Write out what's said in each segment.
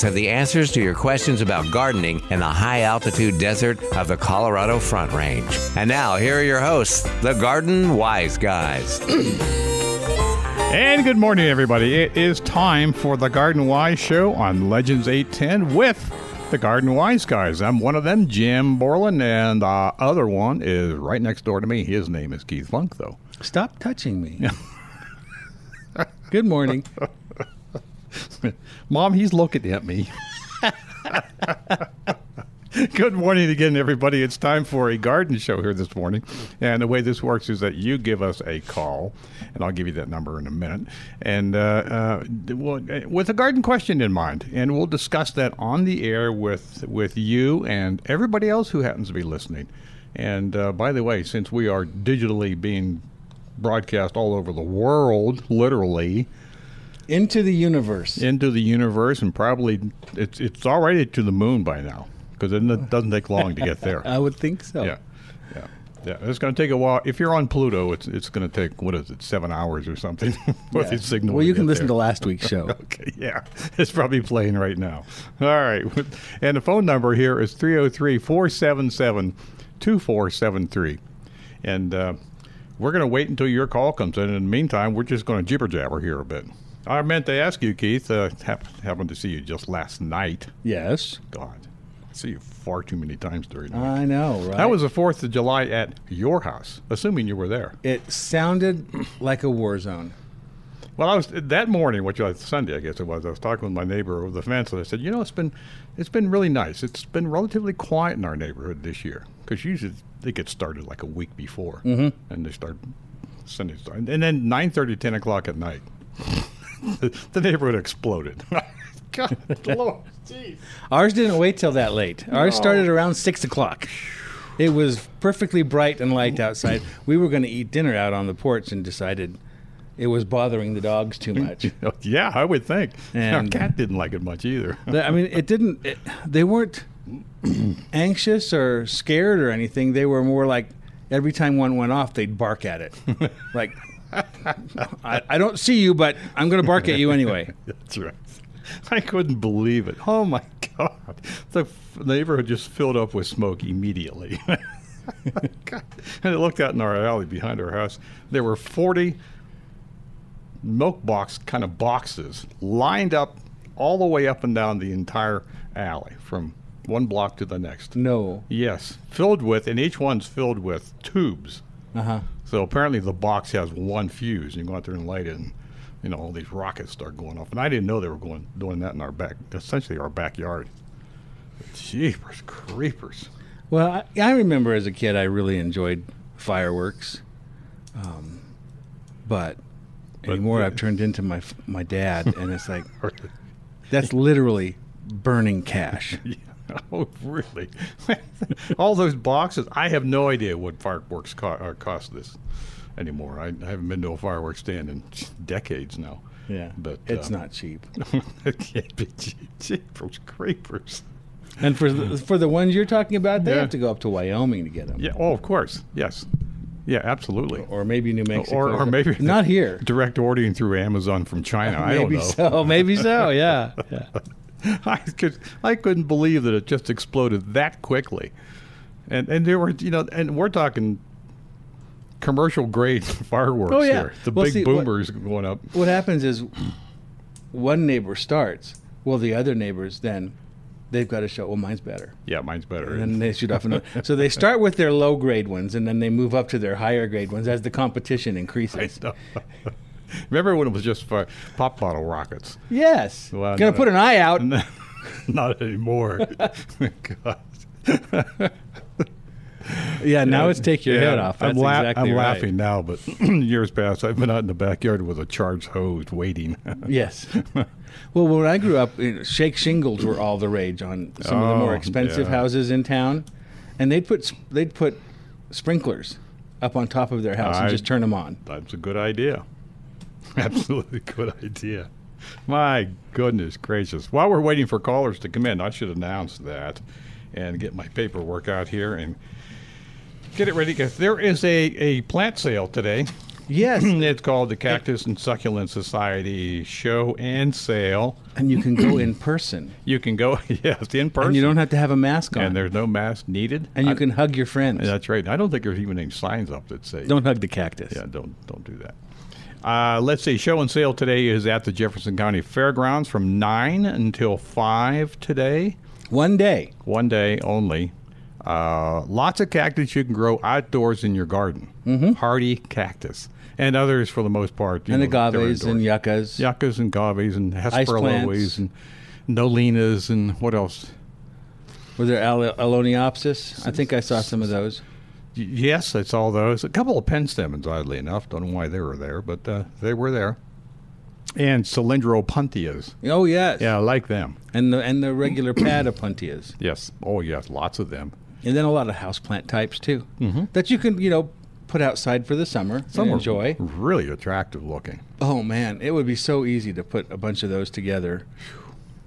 have the answers to your questions about gardening in the high altitude desert of the Colorado Front Range. And now, here are your hosts, the Garden Wise Guys. And good morning, everybody. It is time for the Garden Wise Show on Legends 810 with the Garden Wise guys. I'm one of them, Jim Borland, and the other one is right next door to me. His name is Keith Funk, though. Stop touching me. Good morning. Mom, he's looking at me. Good morning again, everybody. It's time for a garden show here this morning. And the way this works is that you give us a call, and I'll give you that number in a minute, and uh, uh, d- we'll- uh, with a garden question in mind. And we'll discuss that on the air with, with you and everybody else who happens to be listening. And uh, by the way, since we are digitally being broadcast all over the world, literally, Into the universe. into the universe and probably it's it's already to the moon by now because it doesn't take long to get there. I would think so. Yeah, yeah, yeah. It's going to take a while. If you're on Pluto, it's it's going to take what is it, seven hours or something for the signal. Well, you get can listen there. to last week's show. Okay, yeah, it's probably playing right now. All right. And the phone number here is 303 477 2473. And uh, we're going to wait until your call comes in. In the meantime, we're just going to jibber jabber here a bit. I meant to ask you, Keith, uh, hap- happened to see you just last night. yes. God, I see you far too many times during the week. I know, right? That was the 4th of July at your house, assuming you were there. it sounded like a war zone. Well, I was that morning, which was Sunday, I guess it was. I was talking with my neighbor over the fence, and I said, "You know, it's been, it's been really nice. It's been relatively quiet in our neighborhood this year, because usually they get started like a week before, Mm-hmm. and they start Sunday, start- and then 9:30, 10 o'clock at night, the neighborhood exploded. God, Lord, jeez. Ours didn't wait till that late. Ours started around six o'clock. It was perfectly bright and light outside. We were going to eat dinner out on the porch and decided it was bothering the dogs too much. Oh, Yeah, I would think. And- our cat didn't like it much either. They- I mean, it didn't. It, they weren't anxious or scared or anything. They were more like every time one went off, they'd bark at it, like. I, I don't see you, but I'm going to bark at you anyway. That's right. I couldn't believe it. Oh my God. The f- neighborhood just filled up with smoke immediately. God. And I looked out in our alley behind our house. There were 40 milk box kind of boxes lined up all the way up and down the entire alley from one block to the next. No, Yes, filled with, and each one's filled with tubes. uh huh. So apparently the box has one fuse. You go out there and light it, and you know all these rockets start going off. And I didn't know they were going doing that in our back, essentially our backyard. Jeepers creepers! Well, I, I remember as a kid, I really enjoyed fireworks, um, but, anymore I've turned into my f- my dad, and it's like that's literally burning cash. Yeah. Oh, really? all those boxes. I have no idea what fireworks co- uh, cost this anymore. I, I haven't been to a fireworks stand in decades now. Yeah, but it's uh, not cheap. it can't be cheap. Jeepers creepers! Hmm. And for the, for the ones you're talking about, they Yeah. have to go up to Wyoming to get them, Yeah. Oh, of course. Yes. Yeah. Absolutely. or maybe New Mexico, or, or maybe not here. Direct ordering through Amazon from China. I don't maybe know. so. Maybe so. Yeah. yeah. I, could, I couldn't believe that it just exploded that quickly, and and there were you know, and we're talking commercial grade fireworks Oh, yeah. here. The Well, big see, what- boomers going up. What happens is, one neighbor starts. Well, the other neighbors then, they've got to show. Well, mine's better. Yeah, mine's better. And then they shoot off another. so they start with their low grade ones, and then they move up to their higher grade ones as the competition increases. Remember when it was just fire, pop bottle rockets? Yes, Well, gonna no, put an eye out. Not anymore. God. Yeah, now it's take your head Yeah, off. I'm, That's la- exactly I'm right. laughing now, but years past, I've been out in the backyard with a charged hose waiting. Yes. well, when I grew up, you know, shake shingles were all the rage on some of the more Oh, expensive yeah. houses in town, and they'd put s- they'd put sprinklers up on top of their house I- and just turn them on. That's a good idea. Absolutely good idea. My goodness gracious. While we're waiting for callers to come in, I should announce that and get my paperwork out here and get it ready. 'cause There is a, a plant sale today. Yes, It's called the Cactus and Succulent Society Show and Sale. and you can go in person, You can go, yes, in person. and you don't have to have a mask on, and there's no mask needed. and you I- can hug your friends. That's right. I don't think there's even any signs up that say don't hug the cactus. Yeah, don't don't do that. Uh, let's see. Show and sale today is at the Jefferson County Fairgrounds from nine until five today. One day. One day only. Uh, lots of cactus you can grow outdoors in your garden. Mm-hmm. Hardy cactus and others for the most part. you And know, they're agaves and indoors. yuccas. yuccas and gavies and plants. hesperoloes and nolinas and what else? Were there al- aloniopsis? I think I saw some of those. Y- Yes, it's all those. A couple of pen stemmons, oddly enough. Don't know why they were there, but uh, they were there. And cylindropuntias. Oh yes. Yeah, I like them. And the and the regular padapuntias. Yes. Oh, yes, lots of them. Mm-hmm. and then a lot of houseplant types too that you can you know put outside for the summer Some and are enjoy. really attractive looking. Oh man, it would be so easy to put a bunch of those together.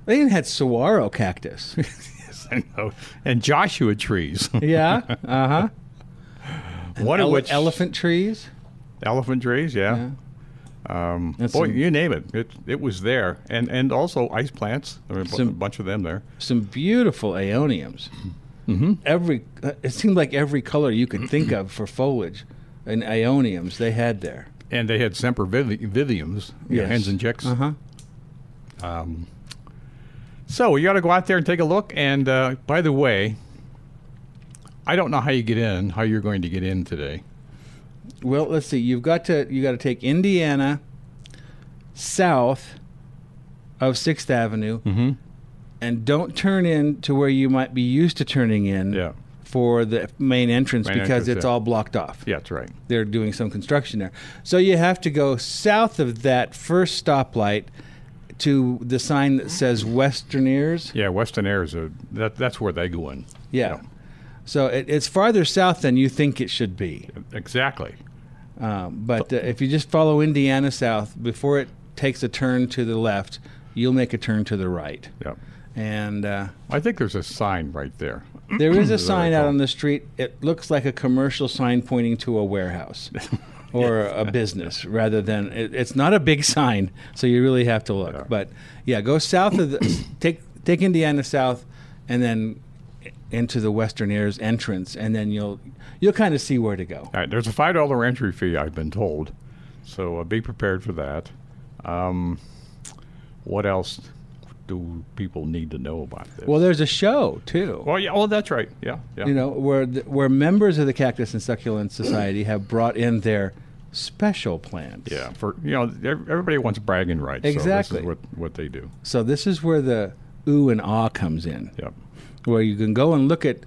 They even had saguaro cactus. Yes, I know. And Joshua trees. yeah, uh huh. One of which elephant trees. elephant trees. Yeah. Um, And boy, some- you name it. It it was there, and and also ice plants. There were a bu- Some- bunch of them there. Some beautiful aeoniums. Mm-hmm. Every uh, it seemed like every color you could think of for foliage, and aeoniums they had there. And they had semperviviums, you know, Yes. hens and chicks. Um, Uh huh. So you got to go out there and take a look. And uh, by the way, I don't know how you get in, how you're going to get in today. Well, let's see. You've got to you got to take Indiana south of Sixth Avenue, Mm-hmm. and don't turn in to where you might be used to turning in Yeah. for the main entrance Main because entrance, it's yeah. all blocked off. Yeah, that's right. They're doing some construction there, so you have to go south of that first stoplight to the sign that says Western Ears. Yeah, Western Airs are that. That's where they go in. Yeah. So it, it's farther south than you think it should be. Exactly. Um, but uh, if you just follow Indiana south, before it takes a turn to the left, you'll make a turn to the right. Yeah. And uh, I think there's a sign right there. Mm-hmm. there is a Is that what sign they out call on the street. It looks like a commercial sign pointing to a warehouse or a business rather than it, it's not a big sign, so you really have to look. But yeah, go south of the take take Indiana south and then into the Western Airs entrance and then you'll you'll kind of see where to go. All right, there's a five dollar entry fee. I've been told, so uh, be prepared for that. Um, what else do people need to know about this? Well, there's a show too. well, yeah. Oh, that's right. Yeah, yeah. you know, where the, where members of the Cactus and Succulent Society have brought in their special plants. Yeah, for you know, ev- everybody wants bragging rights. So Exactly. this is what what they do. So this is where the ooh and ah comes in, Yep. where you can go and look at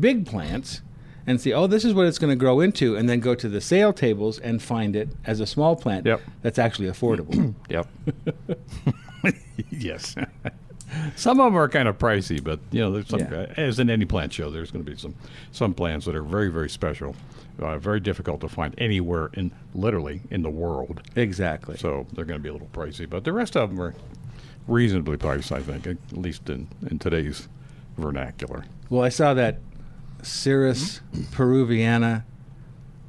big plants and see, oh, this is what it's going to grow into, and then go to the sale tables and find it as a small plant Yep. that's actually affordable. Yep. yes. some of them are kind of pricey, but you know, there's some uh, Yeah. as in any plant show, there's going to be some some plants that are very very special, uh, very difficult to find anywhere in literally in the world. exactly. So they're going to be a little pricey, but the rest of them are reasonably priced, I think, at least in in today's vernacular. Well, I saw that Cirrus Mm-hmm. peruviana.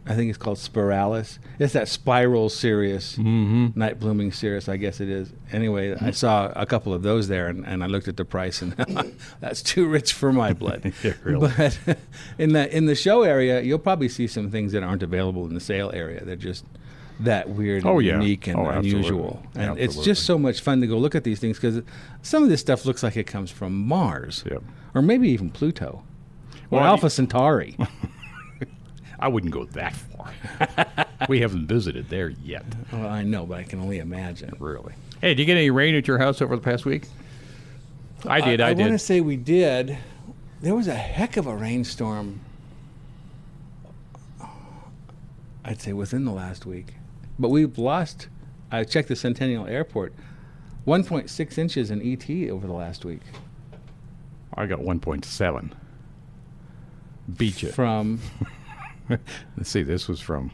I think it's called spiralis. It's that spiral cirrus, Mm-hmm. night blooming cirrus, I guess it is. Anyway, I saw a couple of those there, and, and I looked at the price, and that's too rich for my blood. Yeah, really. But in the in the show area, you'll probably see some things that aren't available in the sale area. They're just that weird, and Oh, yeah. unique, and Oh, absolutely. unusual. And it's Absolutely. just so much fun to go look at these things because some of this stuff looks like it comes from Mars Yep. or maybe even Pluto, or Well, I- Alpha Centauri. I wouldn't go that far. we haven't visited there yet, well, I know, but I can only imagine. really. Hey, did you get any rain at your house over the past week? I did. I, I, did. want to say we did. There was a heck of a rainstorm I'd say within the last week. But we've lost, I checked the Centennial Airport, 1.6 inches in ET over the last week I got 1.7. Beat you. from Let's see, this was from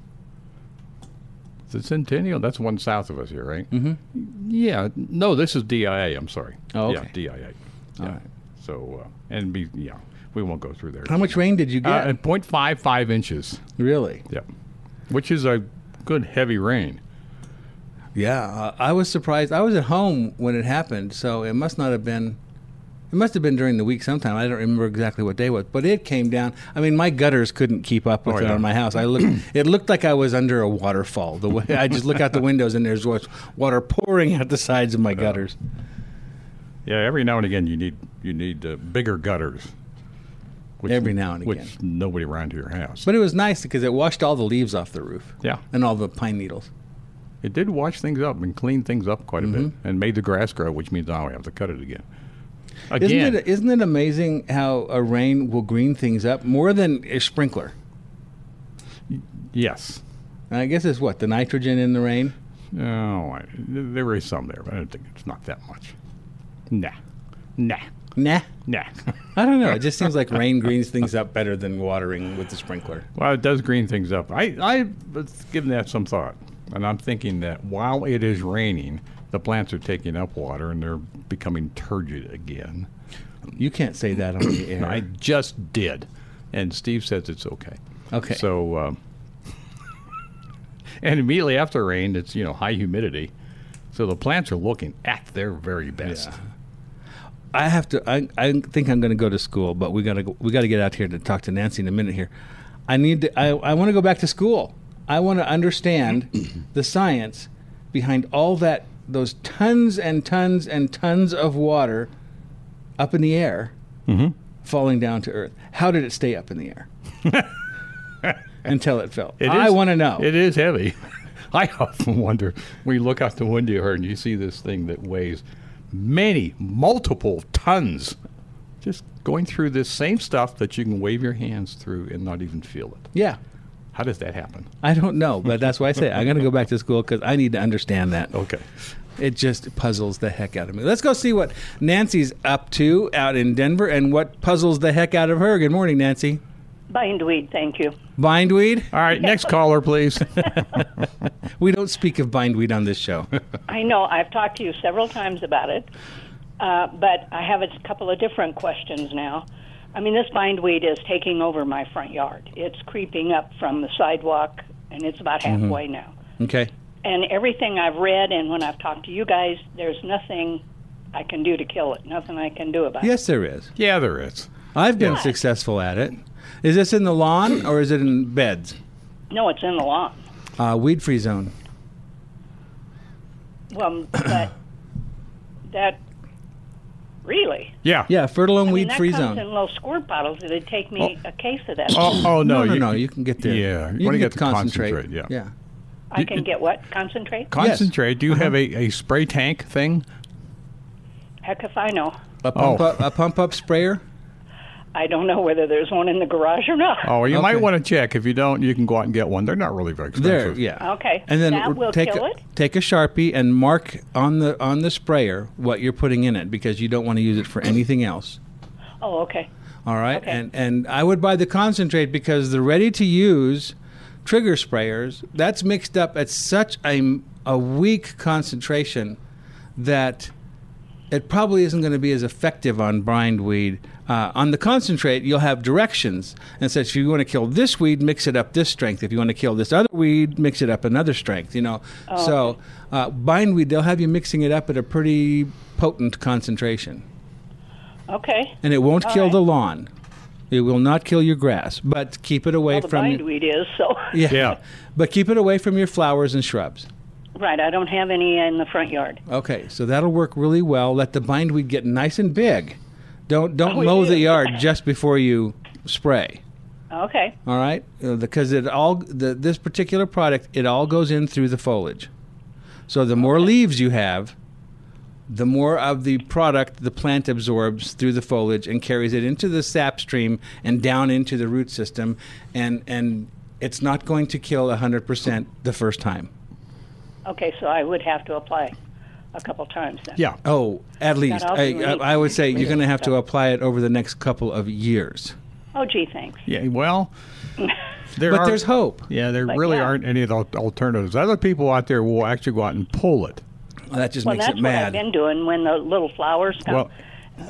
the Centennial. That's one south of us here, right? Mm-hmm. Yeah. No, this is DIA. I'm sorry. Oh, yeah, okay. DIA. All Yeah. right. So, uh, and be, yeah, we won't go through there. How much rain did you Uh, get? and 0.55 inches. really? Yeah. Which is a good heavy rain. Yeah, uh, I was surprised. I was at home when it happened, so it must not have been. It must have been during the week sometime. I don't remember exactly what day it was, but it came down. I mean, my gutters couldn't keep up with Oh, it yeah. on my house. I looked. it looked like I was under a waterfall. The way I just look out the windows and there's was water pouring out the sides of my gutters. Yeah, every now and again you need you need uh, bigger gutters. Which, Every now and which again. nobody around here has. But it was nice because it washed all the leaves off the roof. Yeah. and all the pine needles. It did wash things up and clean things up quite a bit, Mm-hmm. and made the grass grow, which means now we have to cut it again. Isn't Again, it? Isn't it amazing how a rain will green things up more than a sprinkler? yes. And I guess it's what the nitrogen in the rain. Oh, I, there is some there, but I don't think it's not that much. Nah, nah, Nah. nah. I don't know. It just seems like rain greens things up better than watering with the sprinkler. well, it does green things up. I I've given that some thought, and I'm thinking that while it is raining, the plants are taking up water and they're becoming turgid again. You can't say that on the air. I just did, and Steve says it's okay. Okay. So, um, and immediately after rain, it's you know high humidity, so the plants are looking at their very best. I have to. I, I think I'm going to go to school, but we got to go, we got to get out here to talk to Nancy in a minute here. I need to. I, I want to go back to school. I want to understand the science behind all that those tons and tons and tons of water up in the air falling down to earth. How did it stay up in the air until it fell? It I is- want to know. It is heavy. I often wonder when you look out the window here and you see this thing that weighs many, multiple tons, just going through this same stuff that you can wave your hands through and not even feel it. yeah. How does that happen? I don't know, but that's why I say I'm going to go back to school because I need to understand that. Okay. It just puzzles the heck out of me. Let's go see what Nancy's up to out in Denver and what puzzles the heck out of her. Good morning, Nancy. Bindweed, thank you. Bindweed? All right, next caller, please. We don't speak of bindweed on this show. I know I've talked to you several times about it, uh, but I have a couple of different questions now. I mean, this bindweed is taking over my front yard. It's creeping up from the sidewalk, and it's about halfway now. Okay. And everything I've read and when I've talked to you guys, there's nothing I can do to kill it. Nothing I can do about it. Yes, there is. yeah, there is. I've been successful at it. Is this in the lawn or is it in beds? No, it's in the lawn. Uh, weed free zone. Well, but that really. Yeah. Yeah, fertile and I mean, weed that free comes zone. in little squirt bottles. It'd take me a case of that. Hmm. Oh, oh no, no, no, no, you can get there. Yeah, you you can wanna get, get to to concentrate. concentrate, yeah. yeah. I can get what? Concentrate? Concentrate. Do you have Uh-huh. a, a spray tank thing? Heck if I know. A pump Oh. up, a pump up sprayer. I don't know whether there's one in the garage or not. Oh, you Okay. might want to check. If you don't, you can go out and get one. They're not really very There, expensive. yeah. Okay. And then that w- will take kill a, it. take a sharpie and mark on the on the sprayer what you're putting in it because you don't want to use it for anything else. Oh, okay. All right, Okay. and and I would buy the concentrate because the ready to use trigger sprayers that's mixed up at such a a weak concentration that it probably isn't going to be as effective on bindweed. Uh, on the concentrate, you'll have directions and says if you want to kill this weed, mix it up this strength. If you want to kill this other weed, mix it up another strength. You know, so uh, bindweed they'll have you mixing it up at a pretty potent concentration Okay. and it won't All kill right. the lawn. It will not kill your grass, but keep it away well, the from bindweed is so. yeah, Yeah. but keep it away from your flowers and shrubs. Right. I don't have any in the front yard. Okay, so that'll work really well. Let the bindweed get nice and big. Don't don't Oh, it mow the is. yard just before you spray. Okay. All right, Uh, because it all the, this particular product it all goes in through the foliage. So the more leaves you have, the more of the product the plant absorbs through the foliage and carries it into the sap stream and down into the root system, and and it's not going to kill 100% the first time. Okay, so I would have to apply a couple times then. Yeah. Oh, at least. also I, we I, need- I would say we you're going to need have to to- apply it over the next couple of years. Oh, gee, thanks. Yeah. Well, there But are- there's hope. Yeah, there really yeah. aren't any al- alternatives. Other people out there will actually go out and pull it. That just Well, makes that's it what I've mad. been doing when the little flowers come. Well-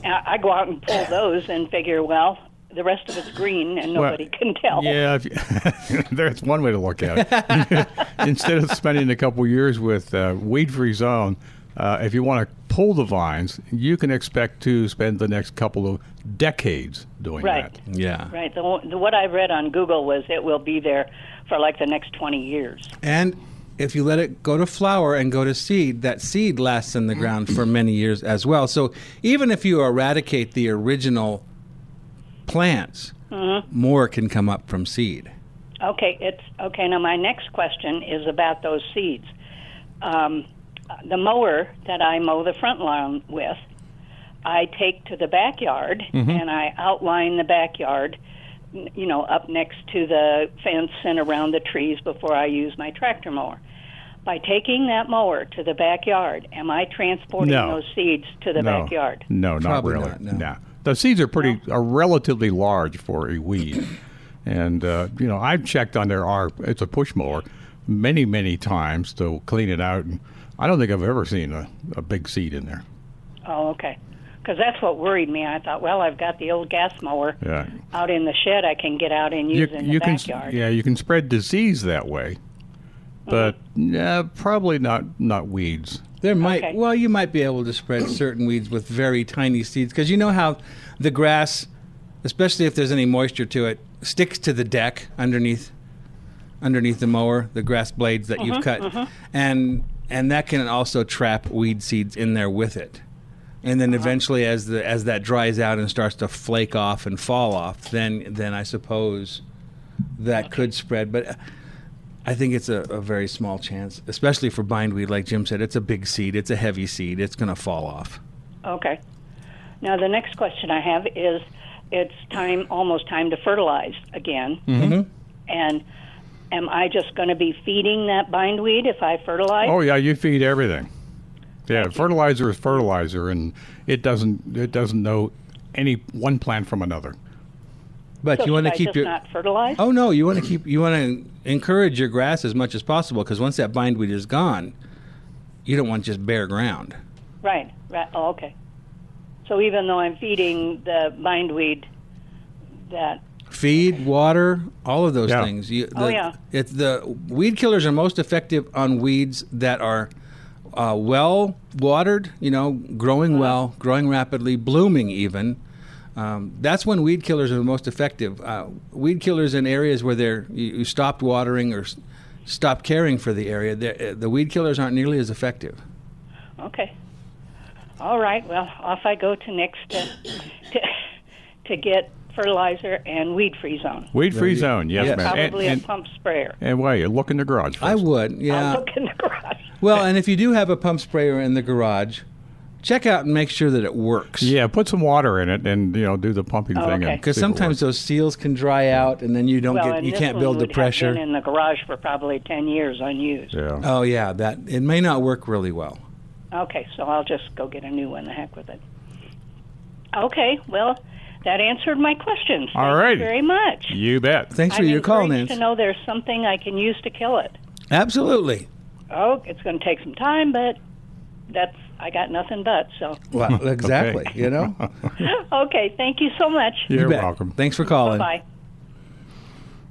I I go out and pull those and figure, well, the rest of it's green and Well, nobody can tell. Yeah, if you, that's one way to look at it. Instead of spending a couple years with uh, Weed Free Zone, uh, if you want to pull the vines, you can expect to spend the next couple of decades doing Right. that. Yeah. Right. The, one- the, what I read on Google was it will be there for like the next 20 years. And if you let it go to flower and go to seed, that seed lasts in the ground for many years as well. So even if you eradicate the original plants, Mm-hmm. more can come up from seed. Okay, it's okay. Now my next question is about those seeds. Um, the mower that I mow the front lawn with, I take to the backyard Mm-hmm. and I outline the backyard, n- you know, up next to the fence and around the trees before I use my tractor mower. By taking that mower to the backyard, am I transporting No. those seeds to the no. backyard? No, Probably not really. not, no. Nah. The seeds are pretty are relatively large for a weed. And uh, you know, I've checked on their are it's a push mower many, many times to clean it out and I don't think I've ever seen a, a big seed in there. Oh, okay. Because that's what worried me. I thought, well, I've got the old gas mower Yeah. out in the shed. I can get out and use in the can s- backyard. Mm-hmm. yeah, you can spread disease that way. But nah, probably not not weeds. There might Okay. well you might be able to spread certain weeds with very tiny seeds because you know how the grass, especially if there's any moisture to it, sticks to the deck underneath underneath the mower, the grass blades that you've cut, and and that can also trap weed seeds in there with it. Uh-huh. And then eventually, as the as that dries out and starts to flake off and fall off, then then I suppose that could spread. But I think it's a, a very small chance, especially for bindweed. Like Jim said, it's a big seed. It's a heavy seed. It's going to fall off. Okay. Now the next question I have is, it's time, almost time to fertilize again. Mm-hmm. And am I just going to be feeding that bindweed if I fertilize? Oh yeah, you feed everything. Yeah, fertilizer is fertilizer, and it doesn't it doesn't know any one plant from another. But so you want should to I keep just your not fertilize? oh no, you want to keep you want to encourage your grass as much as possible because once that bindweed is gone, you don't want just bare ground. Right. Right. Oh, okay. So even though I'm feeding the bindweed, that Feed, water, all of those Yeah. things. You, Oh, the- yeah. It's the weed killers are most effective on weeds that are uh, well watered. You know, Uh-huh. growing well, growing rapidly, blooming even. Um, that's when weed killers are the most effective. Uh, weed killers in areas where they're you, you stopped watering or s- stopped caring for the area, they're- uh, the weed killers aren't nearly as effective. okay. All right. Well, off I go to next to to, to get fertilizer and weed free zone. Weed free zone, yes, Yes. ma'am. Probably and, a and, pump sprayer. and why you look in the garage? First. I would, yeah. I'll look in the garage. Well, and if you do have a pump sprayer in the garage, check out and make sure that it works. yeah, put some water in it, and you know, do the pumping Oh, thing. okay. and Because see if it sometimes those seals can dry out, and then you don't Well, get and you this can't one build the would have pressure. Been in the garage for probably ten years unused. works. Yeah. oh yeah, that it may not work really well. Okay, so I'll just go get a new one. The heck with it. Okay, well, that answered my questions. Thank All you right. very much. you bet. Thanks for I'm your call, encouraged Nancy. to know there's something I can use to kill it. Absolutely. Oh, it's going to take some time, but that's I got nothing but. So, Well, exactly. You know. okay, thank you so much. You You're bet. welcome. Thanks for calling. Bye.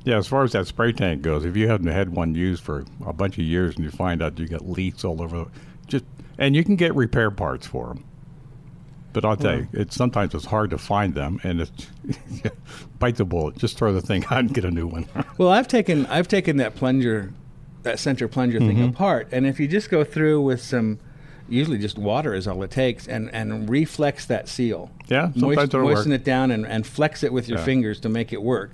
Yeah, as far as that spray tank goes, if you haven't had one used for a bunch of years and you find out you got leaks all over, just and you can get repair parts for them. But I'll tell you, it's sometimes it's hard to find them, and it's bite the bullet. Just throw the thing out and get a new one. Well, I've taken I've taken that plunger, that center plunger Mm-hmm. thing apart, and if you just go through with some, usually just water is all it takes, and and reflex that seal. Yeah, Moist- sometimes it'll moisten work. it down and, and flex it with your Yeah. fingers to make it work.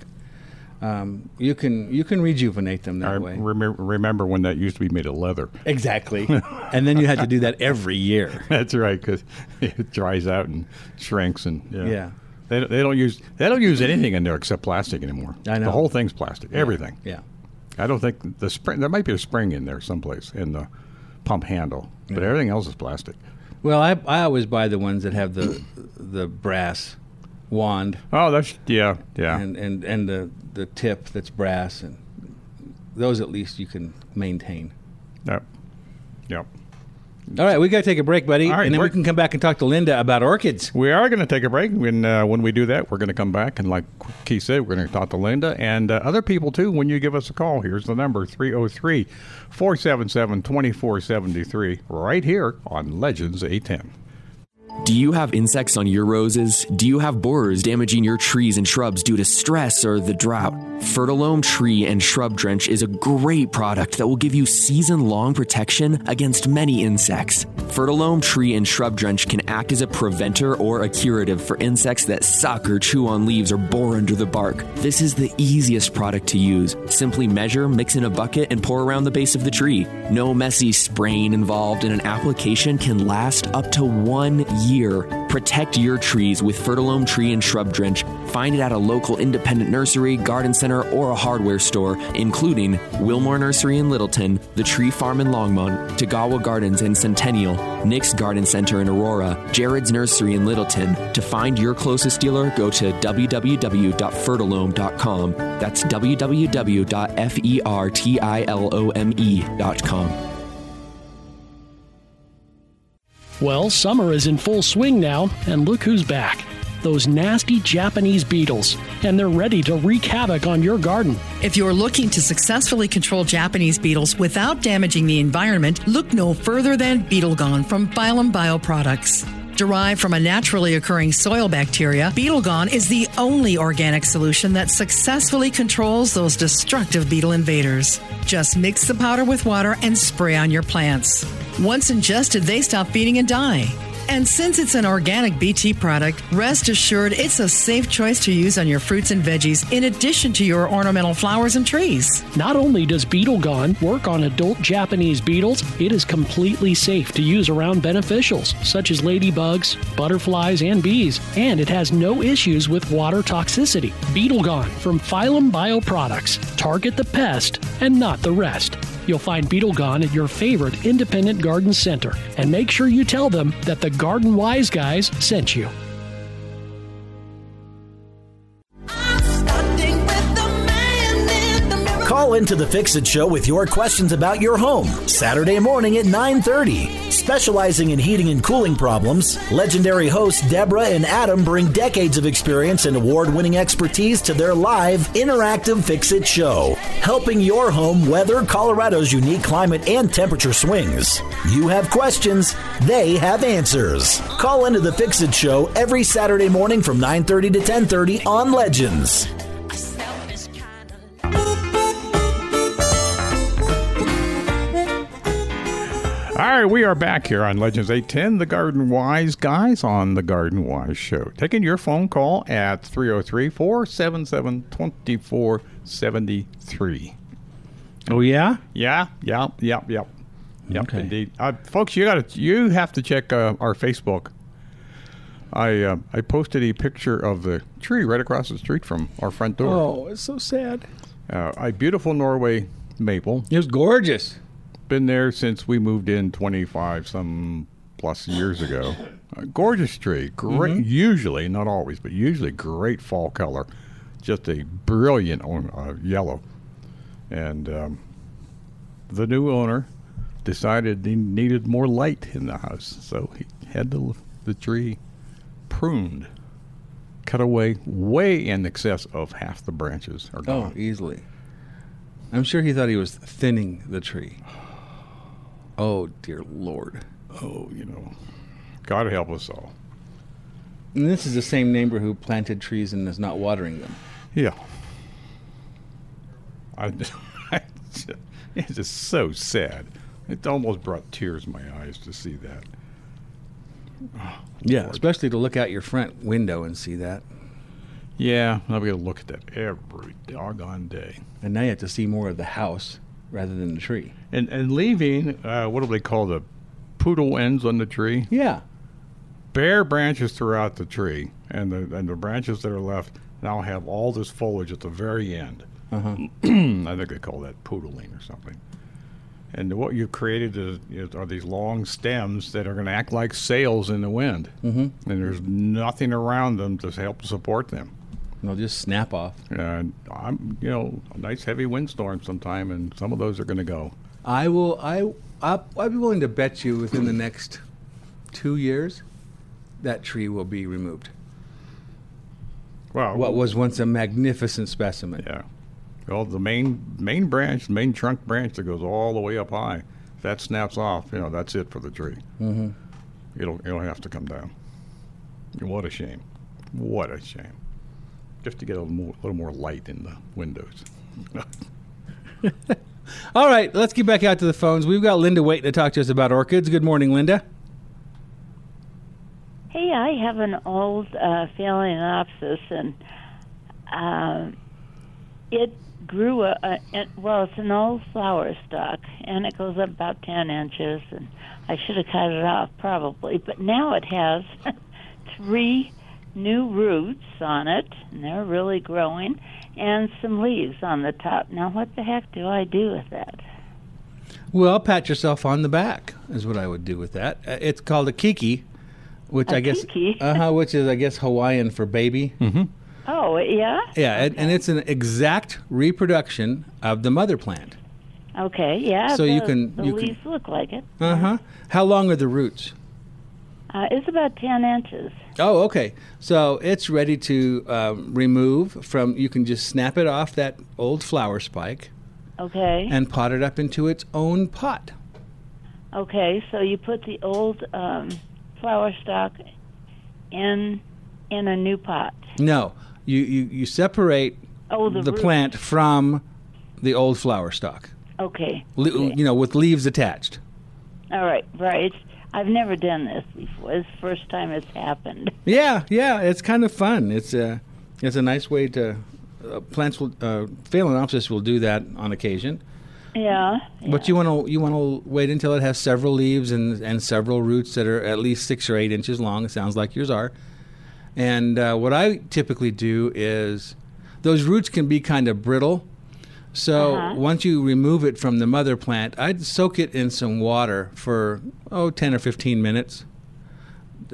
Um, you can you can rejuvenate them that I way. remem- remember when that used to be made of leather. Exactly. and then you had to do that every year. That's right, because it dries out and shrinks, and yeah. Yeah. They, don't- they don't use they don't use anything in there except plastic anymore. I know. the whole thing's plastic. Everything. Yeah. I don't think the spring. There might be a spring in there someplace in the pump handle, but everything else is plastic. Well, I, I always buy the ones that have the the brass wand Oh, that's yeah, yeah. and, and, and the, the tip that's brass and those at least you can maintain. Yep. Yep. All right, we got to take a break, buddy, All right, and then we we're- can come back and talk to Linda about orchids. We are going to take a break. When uh, when we do that, we're going to come back and, like Keith said, we're going to talk to Linda and uh, other people too. When you give us a call, here's the number 303 477 2473 right here on Legends 810. Do you have insects on your roses? Do you have borers damaging your trees and shrubs due to stress or the drought? Fertilome Tree and Shrub Drench is a great product that will give you season long protection against many insects. Fertilome Tree and Shrub Drench can act as a preventer or a curative for insects that suck or chew on leaves or bore under the bark. This is the easiest product to use. Simply measure, mix in a bucket, and pour around the base of the tree. No messy spraying involved, and an application can last up to one year. Protect your trees with Fertilome Tree and Shrub Drench. Find it at a local independent nursery, garden center, or a hardware store, including Wilmore Nursery in Littleton, The Tree Farm in Longmont, Tagawa Gardens in Centennial, Nick's Garden Center in Aurora, Jared's Nursery in Littleton. To find your closest dealer, go to www.fertilome.com. That's E www.fertilome.com. Well, summer is in full swing now, and look who's back. Those nasty Japanese beetles, and they're ready to wreak havoc on your garden. If you're looking to successfully control Japanese beetles without damaging the environment, look no further than Beetle Gone from Phylum Bioproducts. Derived from a naturally occurring soil bacteria, Beetle Gone is the only organic solution that successfully controls those destructive beetle invaders. Just mix the powder with water and spray on your plants. Once ingested, they stop feeding and die. And since it's an organic BT product, rest assured it's a safe choice to use on your fruits and veggies in addition to your ornamental flowers and trees. Not only does Beetle Gone work on adult Japanese beetles, it is completely safe to use around beneficials such as ladybugs, butterflies, and bees, and it has no issues with water toxicity. Beetle Gone from Phylum Bioproducts. Target the pest and not the rest. You'll find Beetle Gone at your favorite independent garden center, and make sure you tell them that the Garden Wise guys sent you. Call into the Fix It Show with your questions about your home Saturday morning at 9:30. Specializing in heating and cooling problems, legendary hosts Deborah and Adam bring decades of experience and award-winning expertise to their live interactive Fix It Show, helping your home weather Colorado's unique climate and temperature swings. You have questions, they have answers. Call into the Fix It Show every Saturday morning from 9:30 to 10:30 on Legends. All right, we are back here on Legends 810, the Garden Wise guys on the Garden Wise show. Taking your phone call at 303 477 2473. Oh yeah, Yeah, yeah, yeah, yeah. Yep, Okay. indeed. Uh, folks, you got to you have to check uh, our Facebook. I uh, I posted a picture of the tree right across the street from our front door. Oh, it's so sad. Uh, a beautiful Norway maple. It was gorgeous. Been there since we moved in 25 some plus years ago. A gorgeous tree. Great Mm-hmm. usually, not always, but usually great fall color. Just a brilliant on- uh, yellow. And um, the new owner decided he needed more light in the house, so he had the, the tree pruned, cut away way in excess of half the branches are Oh, gone. easily. I'm sure he thought he was thinning the tree. Oh dear lord. oh you know, God help us all. And this is the same neighbor who planted trees and is not watering them. Yeah. I, I ju- it's just so sad. It almost brought tears to my eyes to see that. Yeah, especially to look out your front window and see that. Yeah, I'm going to look at that every doggone day. And now you have to see more of the house rather than the tree. And and leaving, uh, what do they call the poodle ends on the tree? Yeah. Bare branches throughout the tree, and the and the branches that are left now have all this foliage at the very end. I think they call that poodling or something. And what you've created is, is, are these long stems that are going to act like sails in the wind, mm-hmm. and there's nothing around them to help support them. They'll just snap off. And I'm, you know, a nice heavy windstorm sometime, and some of those are going to go. I will. I. I I'd be willing to bet you within the next two years, that tree will be removed. Well, What was once a magnificent specimen. yeah. Well, the main main branch, the main trunk branch that goes all the way up high, if that snaps off. You know, that's it for the tree. Mm-hmm. It'll it'll have to come down. What a shame. What a shame. Just to get a little more, little more light in the windows. All right, let's get back out to the phones. We've got Linda waiting to talk to us about orchids. Good morning, Linda. Hey, I have an old uh, phalaenopsis, and um, it grew a, a it, well. It's an old flower stalk, and it goes up about ten inches. And I should have cut it off probably, but now it has three new roots on it, and they're really growing, and some leaves on the top. Now, what the heck do I do with that? Well, pat yourself on the back is what I would do with that. Uh, It's called a kiki, which I A guess kiki? uh-huh, which is I guess Hawaiian for baby. Mm-hmm. Oh, yeah. Yeah, and, and it's an exact reproduction of the mother plant. Okay, yeah. So you the- can- the you can- leaves look like it. Uh huh. How long are the roots? Uh, it's about ten inches. Oh, okay. So it's ready to um, remove from. You can just snap it off that old flower spike Okay. and pot it up into its own pot. Okay, so you put the old um, flower stock in in a new pot. No, you you, you separate Oh, the root. plant from the old flower stalk. Okay, Le- You know, with leaves attached. all right, right. I've never done this before. It's the first time it's happened. Yeah, yeah, it's kind of fun. It's a it's a nice way to uh, plants will uh, phalaenopsis will do that on occasion. Yeah. But you want to you want to wait until it has several leaves and and several roots that are at least six or eight inches long. It sounds like yours are. And uh, what I typically do is those roots can be kind of brittle. So Uh-huh. once you remove it from the mother plant, I'd soak it in some water for oh 10 or 15 minutes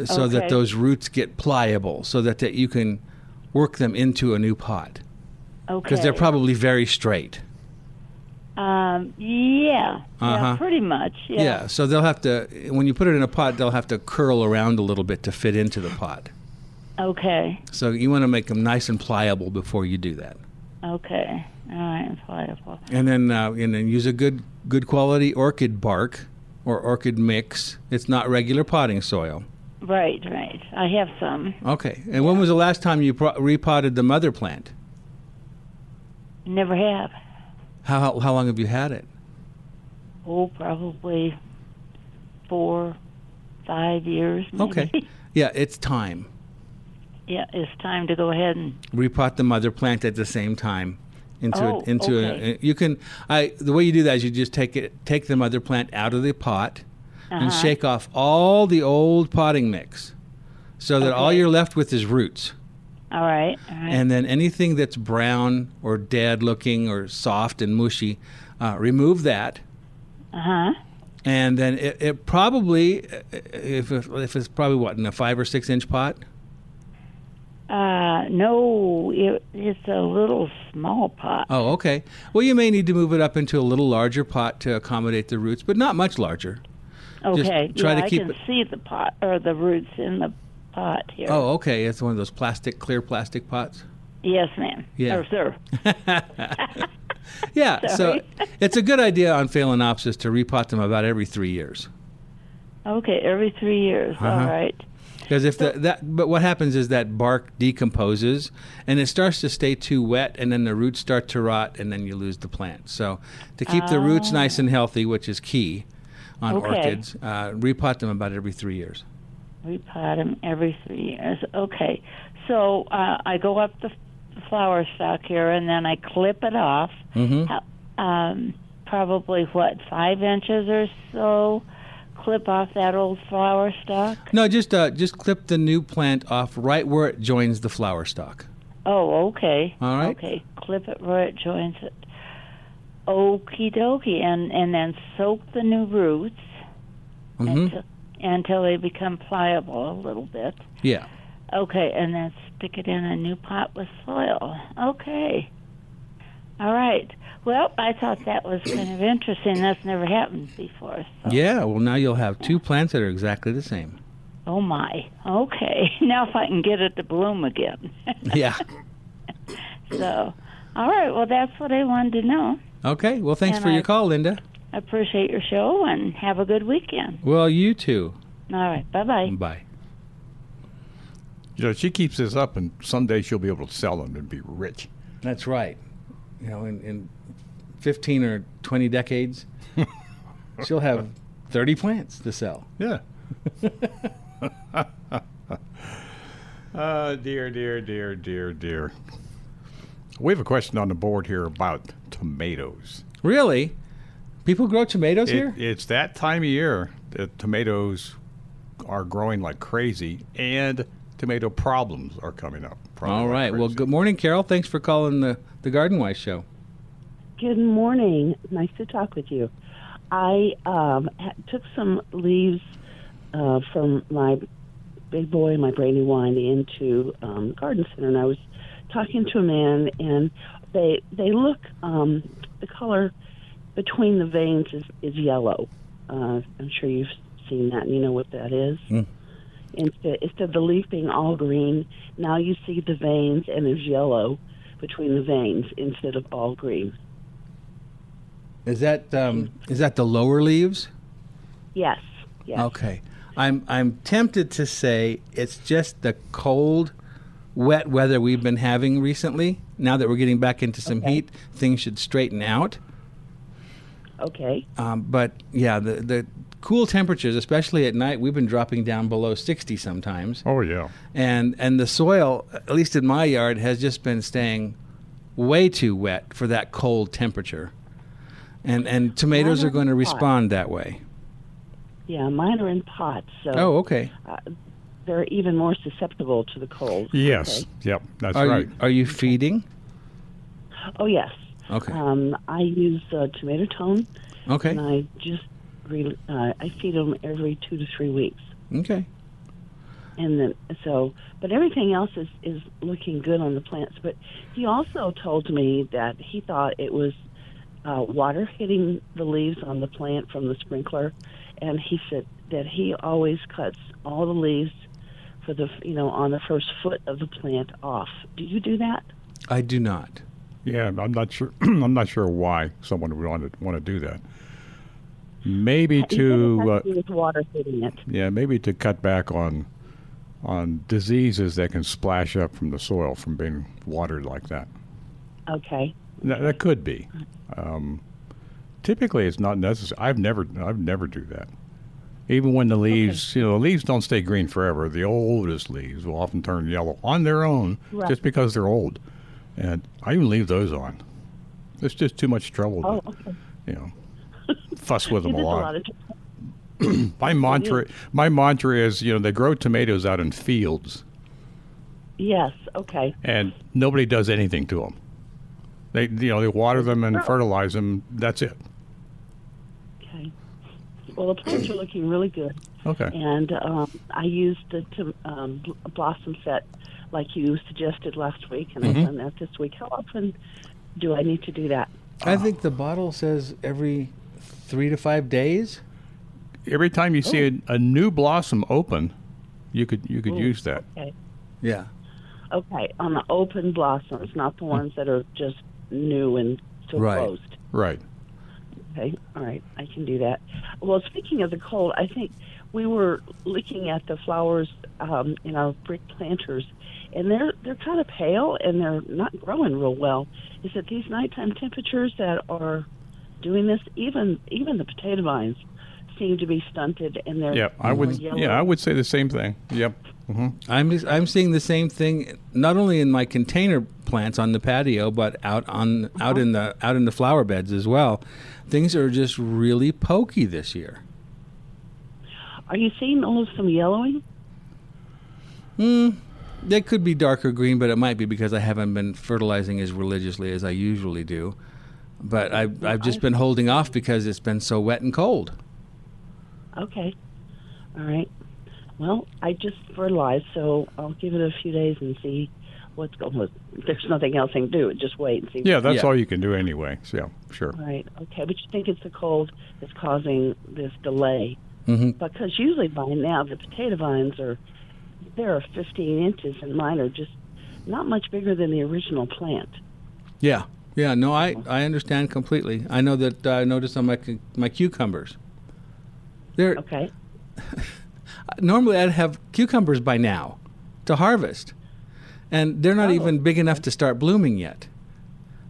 so that Okay. those roots get pliable so that, that you can work them into a new pot Okay. because they're probably very straight. um, yeah, Uh-huh. yeah, pretty much. Yeah. Yeah. so they'll have to when you put it in a pot, they'll have to curl around a little bit to fit into the pot. Okay. So you want to make them nice and pliable before you do that. Okay. All right. Pliable. And then uh, and then use a good good quality orchid bark or orchid mix. It's not regular potting soil. Right. Right. I have some. Okay. And when was the last time you pro- repotted the mother plant? Never have. How, how how long have you had it? Oh, probably four, five years. Maybe. Okay. Yeah, it's time. Yeah, it's time to go ahead and repot the mother plant at the same time into Oh, a, into okay. a, you can I the way you do that is you just take it take the mother plant out of the pot and Uh-huh. shake off all the old potting mix so that all Okay. you're left with is roots all right, all right. and then anything that's brown or dead looking or soft and mushy uh, remove that Uh-huh. and then it, it probably uh, if, if it's probably what in a five or six inch pot Uh No, it, it's a little small pot. Oh, okay. Well, you may need to move it up into a little larger pot to accommodate the roots, but not much larger. okay. try yeah, to keep I can it- see the pot or the roots in the pot here. Oh, okay. It's one of those plastic, clear plastic pots. yes, ma'am. Yeah. Or, sir. Yeah. So it's a good idea on Phalaenopsis to repot them about every three years. Okay, every three years. all Uh-huh. right. Because if the, that, but what happens is that bark decomposes and it starts to stay too wet, and then the roots start to rot, and then you lose the plant. So to keep the roots nice and healthy, which is key on Ah. Okay. orchids, uh, repot them about every three years. Repot them every three years. Okay. So uh, I go up the f- flower stalk here, and then I clip it off. How- Um, probably what five inches or so. Clip off that old flower stalk. No, just uh, just clip the new plant off right where it joins the flower stalk. Oh, okay. All right. Okay, clip it where it joins it. Okie dokie, and and then soak the new roots Mm-hmm. until, until they become pliable a little bit. Yeah. Okay, and then stick it in a new pot with soil. Okay. All right. Well, I thought that was kind of interesting. That's never happened before. So. Yeah. Well, now you'll have two plants that are exactly the same. Oh my. Okay. Now if I can get it to bloom again. Yeah. so, all right. Well, that's what I wanted to know. Okay. Well, thanks And for I- your call, Linda. I appreciate your show and have a good weekend. Well, you too. All right. Bye bye. Bye. You know, she keeps this up, and someday she'll be able to sell them and be rich. That's right. You know, in, in 15 or 20 decades, she'll have 30 plants to sell. Yeah. uh, dear, dear, dear, dear, dear. We have a question on the board here about tomatoes. Really? People grow tomatoes It- here? it's that time of year that tomatoes are growing like crazy, and tomato problems are coming up. probably All like right. Well, crazy. good morning, Carol. Thanks for calling the, the Garden Wise Show. Good morning. Nice to talk with you. I um, ha- took some leaves uh, from my big boy, my Brady wine, into um, garden center, and I was talking to a man, and they they look um, the color between the veins is, is yellow. Uh, I'm sure you've seen that, and you know what that is. Instead, instead of the leaf being all green, now you see the veins, and there's yellow between the veins instead of all green. Is that um, is that the lower leaves? Yes. Yes. Okay. I'm I'm tempted to say it's just the cold, wet weather we've been having recently. Now that we're getting back into some heat, things should straighten out. Okay. Um, but yeah, the the cool temperatures, especially at night, we've been dropping down below 60 sometimes, Oh, yeah. and and the soil, at least in my yard, has just been staying way too wet for that cold temperature, and and tomatoes Mine are are going to hot. respond that way. Yeah, mine are in pots, so uh, Oh, okay. they're even more susceptible to the cold. Yes. Okay. Yep. That's Are right. you, are you feeding? Oh, yes. Okay. Um, I use uh, tomato tone, Okay. and I just re- uh, I feed them every two to three weeks, Okay. and then so. But everything else is is looking good on the plants. But he also told me that he thought it was uh, water hitting the leaves on the plant from the sprinkler, and he said that he always cuts all the leaves for the you know on the first foot of the plant off. Do you do that? I do not. Yeah, I'm not sure. I'm not sure why someone would want to want to do that. Maybe He said it has to uh, do with water hitting it. yeah, maybe to cut back on on diseases that can splash up from the soil from being watered like that. Okay. That, that could be. Um, typically, it's not necessary. I've never I've never do that. Even when the leaves, you know, the leaves don't stay green forever. The oldest leaves will often turn yellow on their own, Right. just because they're old. And I even leave those on. It's just too much trouble. Oh, to, okay. you know, fuss with See, them a there's lot. of my mantra, my mantra is, you know, they grow tomatoes out in fields, yes. Okay. and nobody does anything to them. They, you know, they water them and fertilize them. That's it. Okay. Well, the plants are looking really good, Okay. and um, I used the to, um, bl- blossom set like you suggested last week, and Mm-hmm. I've done that this week. How often do I need to do that? I uh, think the bottle says every three to five days. Every time you see a, a new blossom open, you could you could Oh. use that. Okay. Yeah. Okay. On the open blossoms, not the ones that are just new and still Right. closed. Mm. Right. Okay, all right, I can do that. Well, speaking of the cold, I think we were looking at the flowers um, in our brick planters, and they're they're kind of pale and they're not growing real well. Is it these nighttime temperatures that are doing this? Even even the potato vines seem to be stunted, and they're Yeah, I would. more Yeah, I would say the same thing. Yep. Mm-hmm. I'm just, I'm seeing the same thing not only in my container plants on the patio, but out on out in the out in the flower beds as well. Things are just really pokey this year. Are you seeing all of some yellowing? Hmm, they could be darker green, but it might be because I haven't been fertilizing as religiously as I usually do. But I, I've just been holding off because it's been so wet and cold. Okay. All right. Well, I just fertilized, so I'll give it a few days and see what's going on. There's nothing else I can do. Just wait and see. Yeah, that's Yeah. all you can do anyway. So, yeah, sure. Right. Okay. But you think it's the cold that's causing this delay? Mm-hmm. Because usually by now the potato vines are there are 15 inches, and mine are just not much bigger than the original plant. Yeah, yeah. No, I, I understand completely. I know that uh, I noticed on my cu- my cucumbers. They're Okay. normally I'd have cucumbers by now to harvest, and they're Oh. not even big enough to start blooming yet.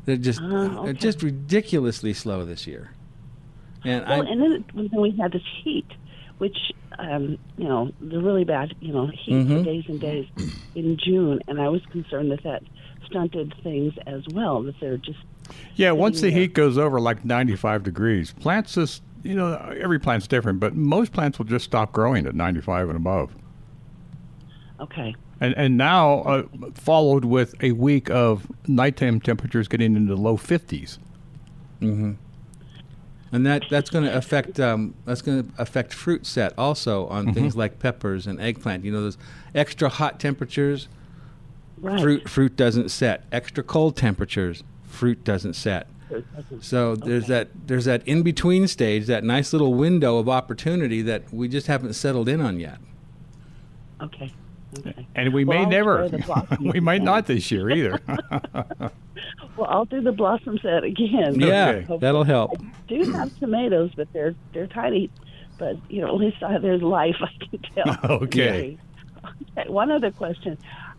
They're just Ah, they're okay. just ridiculously slow this year. And Well, I and then, it- then we had this heat, which um, you know the really bad you know heat Mm-hmm. for days and days in June, and I was concerned that that stunted things as well. That they're just Yeah, once the Yeah. heat goes over like 95 degrees, plants just, you know, every plant's different, but most plants will just stop growing at 95 and above. okay. And, and now, uh, followed with a week of nighttime temperatures getting into the low 50s. and that that's going to affect um, that's going to affect fruit set also Mm-hmm. on things like peppers and eggplant. You know those extra hot temperatures. Right. fruit fruit doesn't set extra cold temperatures fruit doesn't set so there's that there's that in between stage that nice little window of opportunity that we just haven't settled in on yet Okay. Okay. And we Well, may I'll never, try the blossom we might again. not this year either. Well, I'll do the blossom set again. yeah Hopefully. that'll help do have tomatoes, but they're they're tiny. But you know, at least I, there's life. I can tell. Okay. Okay, One other question.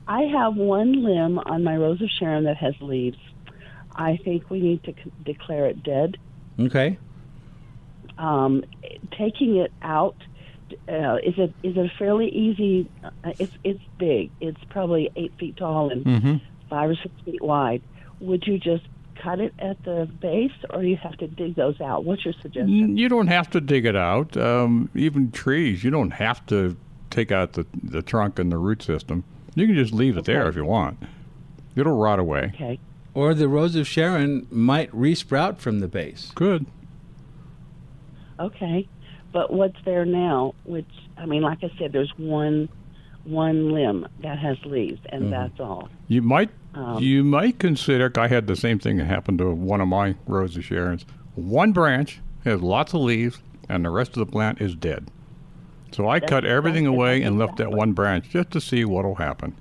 I have one limb on my rose of Sharon that has leaves. I think we need to c- declare it dead. okay Um, taking it out uh, is a is a fairly easy. Uh, it's it's big. It's probably eight feet tall and five or six feet wide. Would you just cut it at the base, or you have to dig those out? What's your suggestion? N- You don't have to dig it out. Um, even trees, you don't have to take out the, the trunk and the root system. You can just leave it there if you want. It'll rot away. Okay. or the rose of sharon might resprout from the base Good. Okay, but what's there now? Which I mean, like I said, there's one one limb that has leaves, and that's all. You might you might consider. I had the same thing that happened to one of my Rosa Sharon's. One branch has lots of leaves, and the rest of the plant is dead. So I cut everything exactly- away and that's left that one branch just to see what'll happen.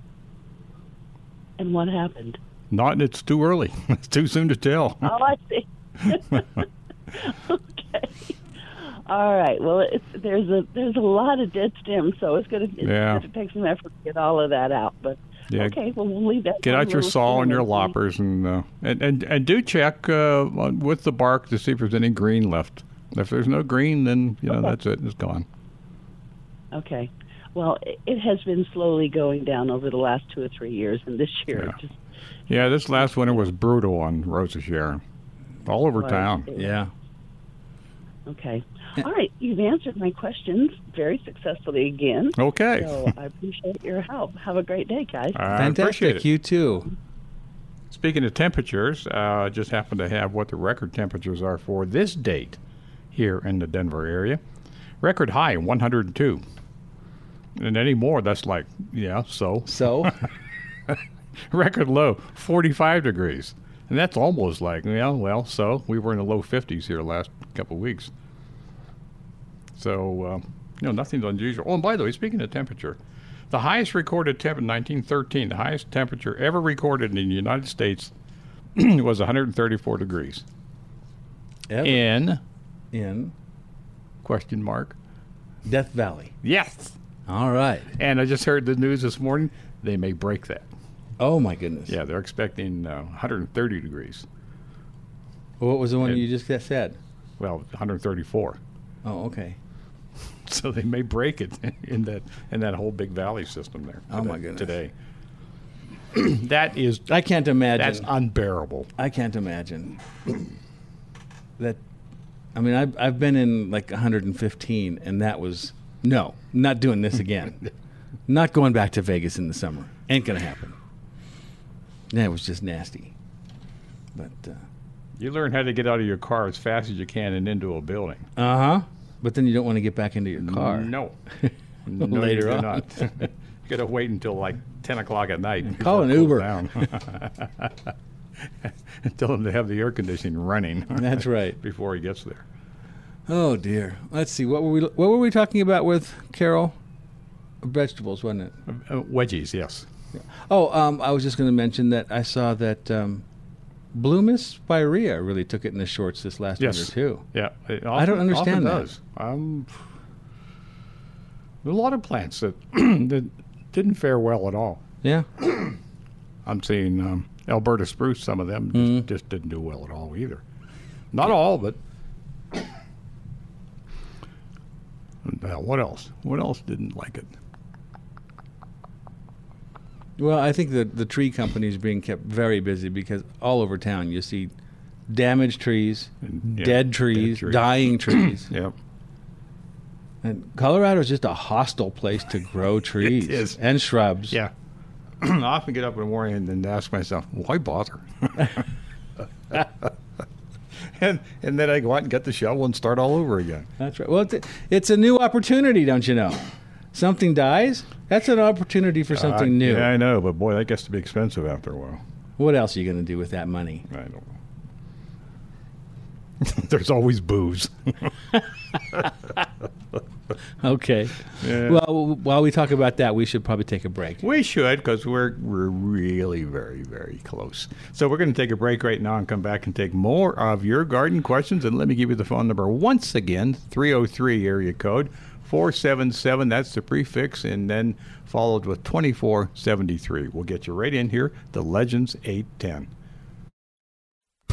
And what happened? Not it's too early. it's too soon to tell. Oh, I see. okay. All right. Well, it's, there's a there's a lot of dead stems, so it's gonna it's Yeah. gonna take some effort to get all of that out. But Yeah. okay, well we'll leave that. Get one out your little saw stem and your see. loppers, and uh, and, and and do check uh, on- with the bark to see if there's any green left. If there's no green, then you know that's it. It's gone. Okay. Well, it, it has been slowly going down over the last two or three years, and this year it Yeah. just Yeah, this last winter was brutal on Rosa Sharon, all over was- town. it yeah Okay. All right. You've answered my questions very successfully again. Okay. So I appreciate your help. Have a great day, guys. I appreciate fantastic it. you too Speaking of temperatures, uh, I just happen to have what the record temperatures are for this date here in the Denver area. Record high 102. And any more, that's like, yeah, so. so Record low 45 degrees. And that's almost like, yeah, well, so. We were in the low 50s here last couple weeks. So, uh, you know, nothing's unusual. Oh, and by the way, speaking of temperature, the highest recorded temp in 1913, the highest temperature ever recorded in the United States was 134 degrees. ever In in question mark? death valley Yes. all right And I just heard the news this morning. They may break that. oh my goodness Yeah, they're expecting uh, 130 degrees. what was the one And- you just said Well, 134. oh okay So they may break it in that in that whole big valley system there. Oh, my today- goodness. Today, that is i can't imagine that's unbearable. I can't imagine that. I mean, I've, I've been in like 115, and that was no, not doing this again. Not going back to Vegas in the summer. Ain't gonna happen. That was just nasty. But uh You learn how to get out of your car as fast as you can and into a building. huh. uh, uh-huh. But then you don't want to get back into your car. No. No, you Later do on. not. you got to wait until like 10 o'clock at night. before Call an it cools Uber. down. Tell him to have the air conditioning running. That's right. before he gets there. Oh dear. Let's see. What were we? What were we talking about with Carol? Vegetables, wasn't it? Uh, wedgies, yes. Oh, um, I was just going to mention that I saw that um, Bloomis by Rhea really took it in the shorts this last Yes. winter too. Yeah. it I don't often- understand often that. Does. Um, there are a lot of plants that, that didn't fare well at all. Yeah. I'm seeing um, Alberta spruce. Some of them just, just didn't do well at all either. Not all, but now what else? What else didn't like it? Well, I think that the tree company is being kept very busy because all over town you see damaged trees, And, Mm, dead, yeah, dead trees trees. dying trees. Yep. and Colorado is just a hostile place to grow trees is. and shrubs. Yeah. I often get up in the morning and ask myself, why bother? and and then I go out and get the shovel and start all over again. That's right. Well, it's a, it's a new opportunity, don't you know? Something dies. That's an opportunity for something I- new. Uh, Yeah, I know, but boy, that gets to be expensive after a while. What else are you going to do with that money? I don't know. There's always booze. Okay. Well, while we talk about that, we should probably take a break. We should because we're we're really very very close. So we're going to take a break right now and come back and take more of your garden questions. And let me give you the phone number once again: 303 area code 477. That's the prefix, and then followed with 2473. We'll get you right in here. The Legends 810.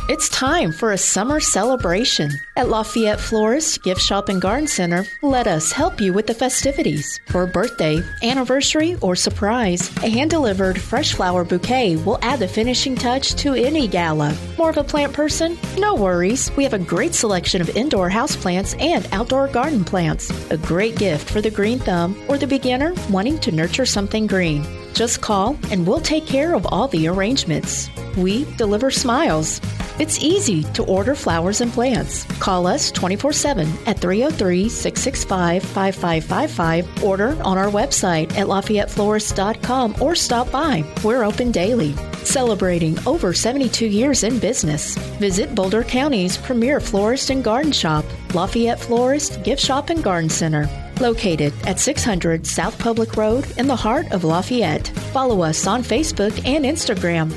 It's time for a summer celebration. At Lafayette Florist, Gift Shop, and Garden Center, let us help you with the festivities. For a birthday, anniversary, or surprise, a hand delivered fresh flower bouquet will add the finishing touch to any gala. More of a plant person? No worries. We have a great selection of indoor houseplants and outdoor garden plants. A great gift for the green thumb or the beginner wanting to nurture something green. Just call and we'll take care of all the arrangements. We deliver smiles. It's easy to order flowers and plants. Call us 24 7 at 303 665 5555. Order on our website at LafayetteFlorist.com or stop by. We're open daily. Celebrating over 72 years in business. Visit Boulder County's premier florist and garden shop, Lafayette Florist, Gift Shop, and Garden Center located at 600 South Public Road in the heart of Lafayette. Follow us on Facebook and Instagram.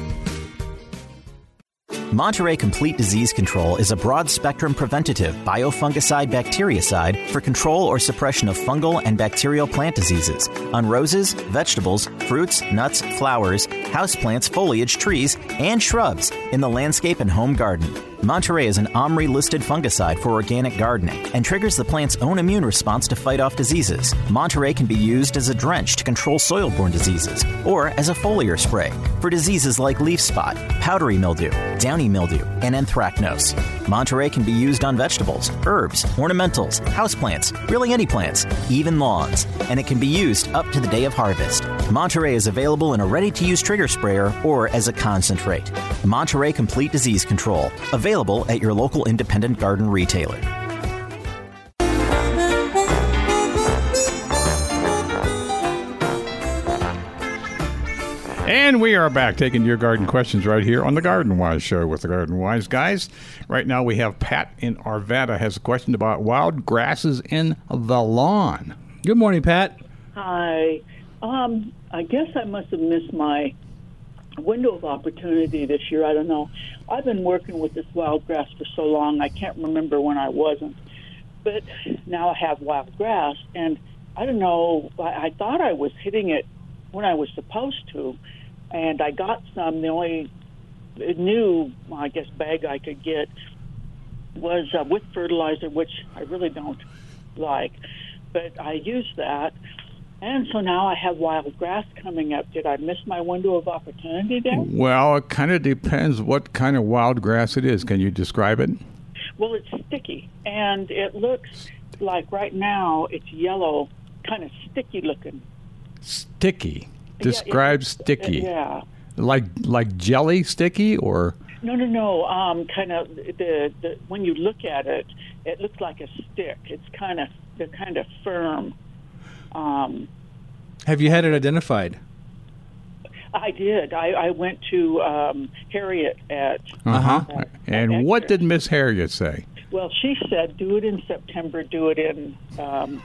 Monterey Complete Disease Control is a broad spectrum preventative biofungicide bactericide for control or suppression of fungal and bacterial plant diseases on roses, vegetables, fruits, nuts, flowers, houseplants, foliage, trees, and shrubs in the landscape and home garden. Monterey is an OMRI listed fungicide for organic gardening and triggers the plant's own immune response to fight off diseases. Monterey can be used as a drench to control soil borne diseases or as a foliar spray for diseases like leaf spot, powdery mildew, downy mildew, and anthracnose. Monterey can be used on vegetables, herbs, ornamentals, houseplants, really any plants, even lawns, and it can be used up to the day of harvest. Monterey is available in a ready to use trigger sprayer or as a concentrate. Monterey Complete Disease Control, available at your local independent garden retailer. And we are back taking your garden questions right here on the Garden Wise Show with the Garden Wise guys. Right now we have Pat in Arvada has a question about wild grasses in the lawn. Good morning, Pat. Hi. Um, I guess I must have missed my window of opportunity this year. I don't know. I've been working with this wild grass for so long, I can't remember when I wasn't. But now I have wild grass, and I don't know. I, I thought I was hitting it when I was supposed to, and I got some. The only new, I guess, bag I could get was uh, with fertilizer, which I really don't like. But I use that. And so now I have wild grass coming up. Did I miss my window of opportunity there? Well, it kind of depends what kind of wild grass it is. Can you describe it? Well, it's sticky, and it looks like right now it's yellow, kind of sticky looking. Sticky. Yeah, Describe it's- sticky. uh, Yeah. Like like jelly sticky or No, no, no. Um, kind of the, the when you look at it, it looks like a stick. It's kind of they're kind of firm. Um, Have you had it identified? I did. I, I went to um, Harriet at. Uh-huh. And what did Miss Harriet say? Well, she said, do it in September. Do it in um,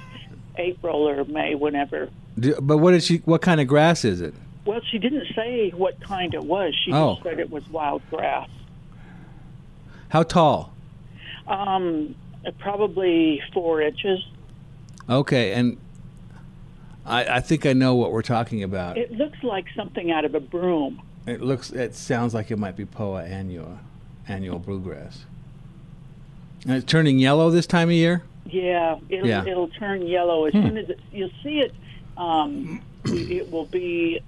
April or May, whenever. Do, but what is she? What kind of grass is it? Well, she didn't say what kind it was. She Oh. just said it was wild grass. How tall? Um, probably four inches. Okay, and I, I think I know what we're talking about. It, It looks like something out of a broom. looks, it sounds like it might be Poa annua, annual bluegrass. And it's turning yellow this time of year. Yeah, it'll Yeah. it'll turn yellow as Hmm. soon as it, you'll see it. Um, it will be.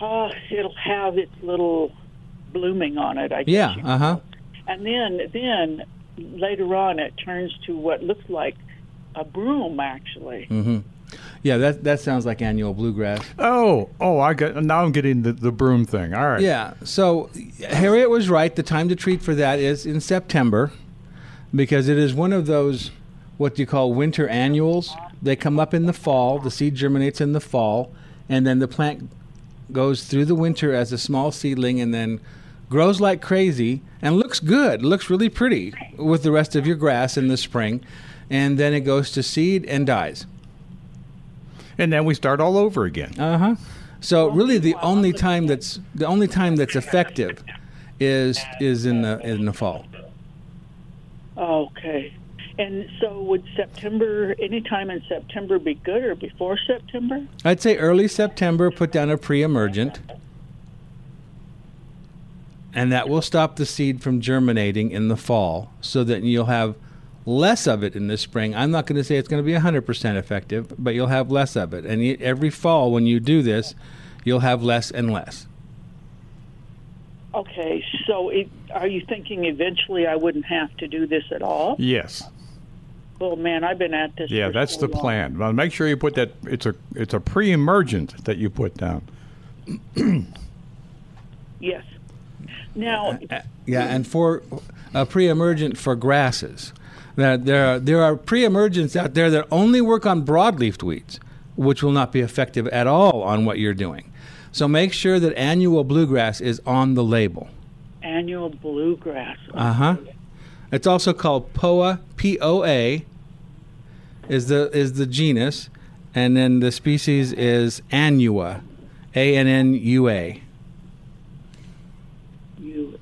Uh, it'll have its little blooming on it. I guess. Yeah. you- Uh huh. And then then later on, it turns to what looks like a broom. Actually, Mm-hmm. Yeah, that that sounds like annual bluegrass. Oh, oh, I got now I'm getting the, the broom thing. All right. Yeah. So Harriet was right. The time to treat for that is in September because it is one of those what you call winter annuals. They come up in the fall, the seed germinates in the fall, and then the plant goes through the winter as a small seedling and then grows like crazy and looks good, looks really pretty with the rest of your grass in the spring, and then it goes to seed and dies. And then we start all over again. Uh huh. So really, the only time that's the only time that's effective is is in the in the fall. okay. And so, would September, any time in September, be good or before September? I'd say early September. Put down a pre-emergent, and that will stop the seed from germinating in the fall, so that you'll have less of it in the spring. I'm not going to say it's going to be 100% effective, but you'll have less of it. And yet every fall, when you do this, you'll have less and less. Okay, so it, are you thinking eventually I wouldn't have to do this at all? Yes. Well, man, I've been at this. Yeah, for that's so the long. plan. Well, make sure you put that it's a it's a pre-emergent that you put down. Yes. Now, Yeah, and for uh, pre-emergent for grasses, Now, there are, there are pre-emergents out there that only work on broadleaf weeds, which will not be effective at all on what you're doing. So make sure that annual bluegrass is on the label. annual bluegrass. Uh huh. It's also called Poa. P O A is the is the genus, and then the species is Annua, A N N U A. You,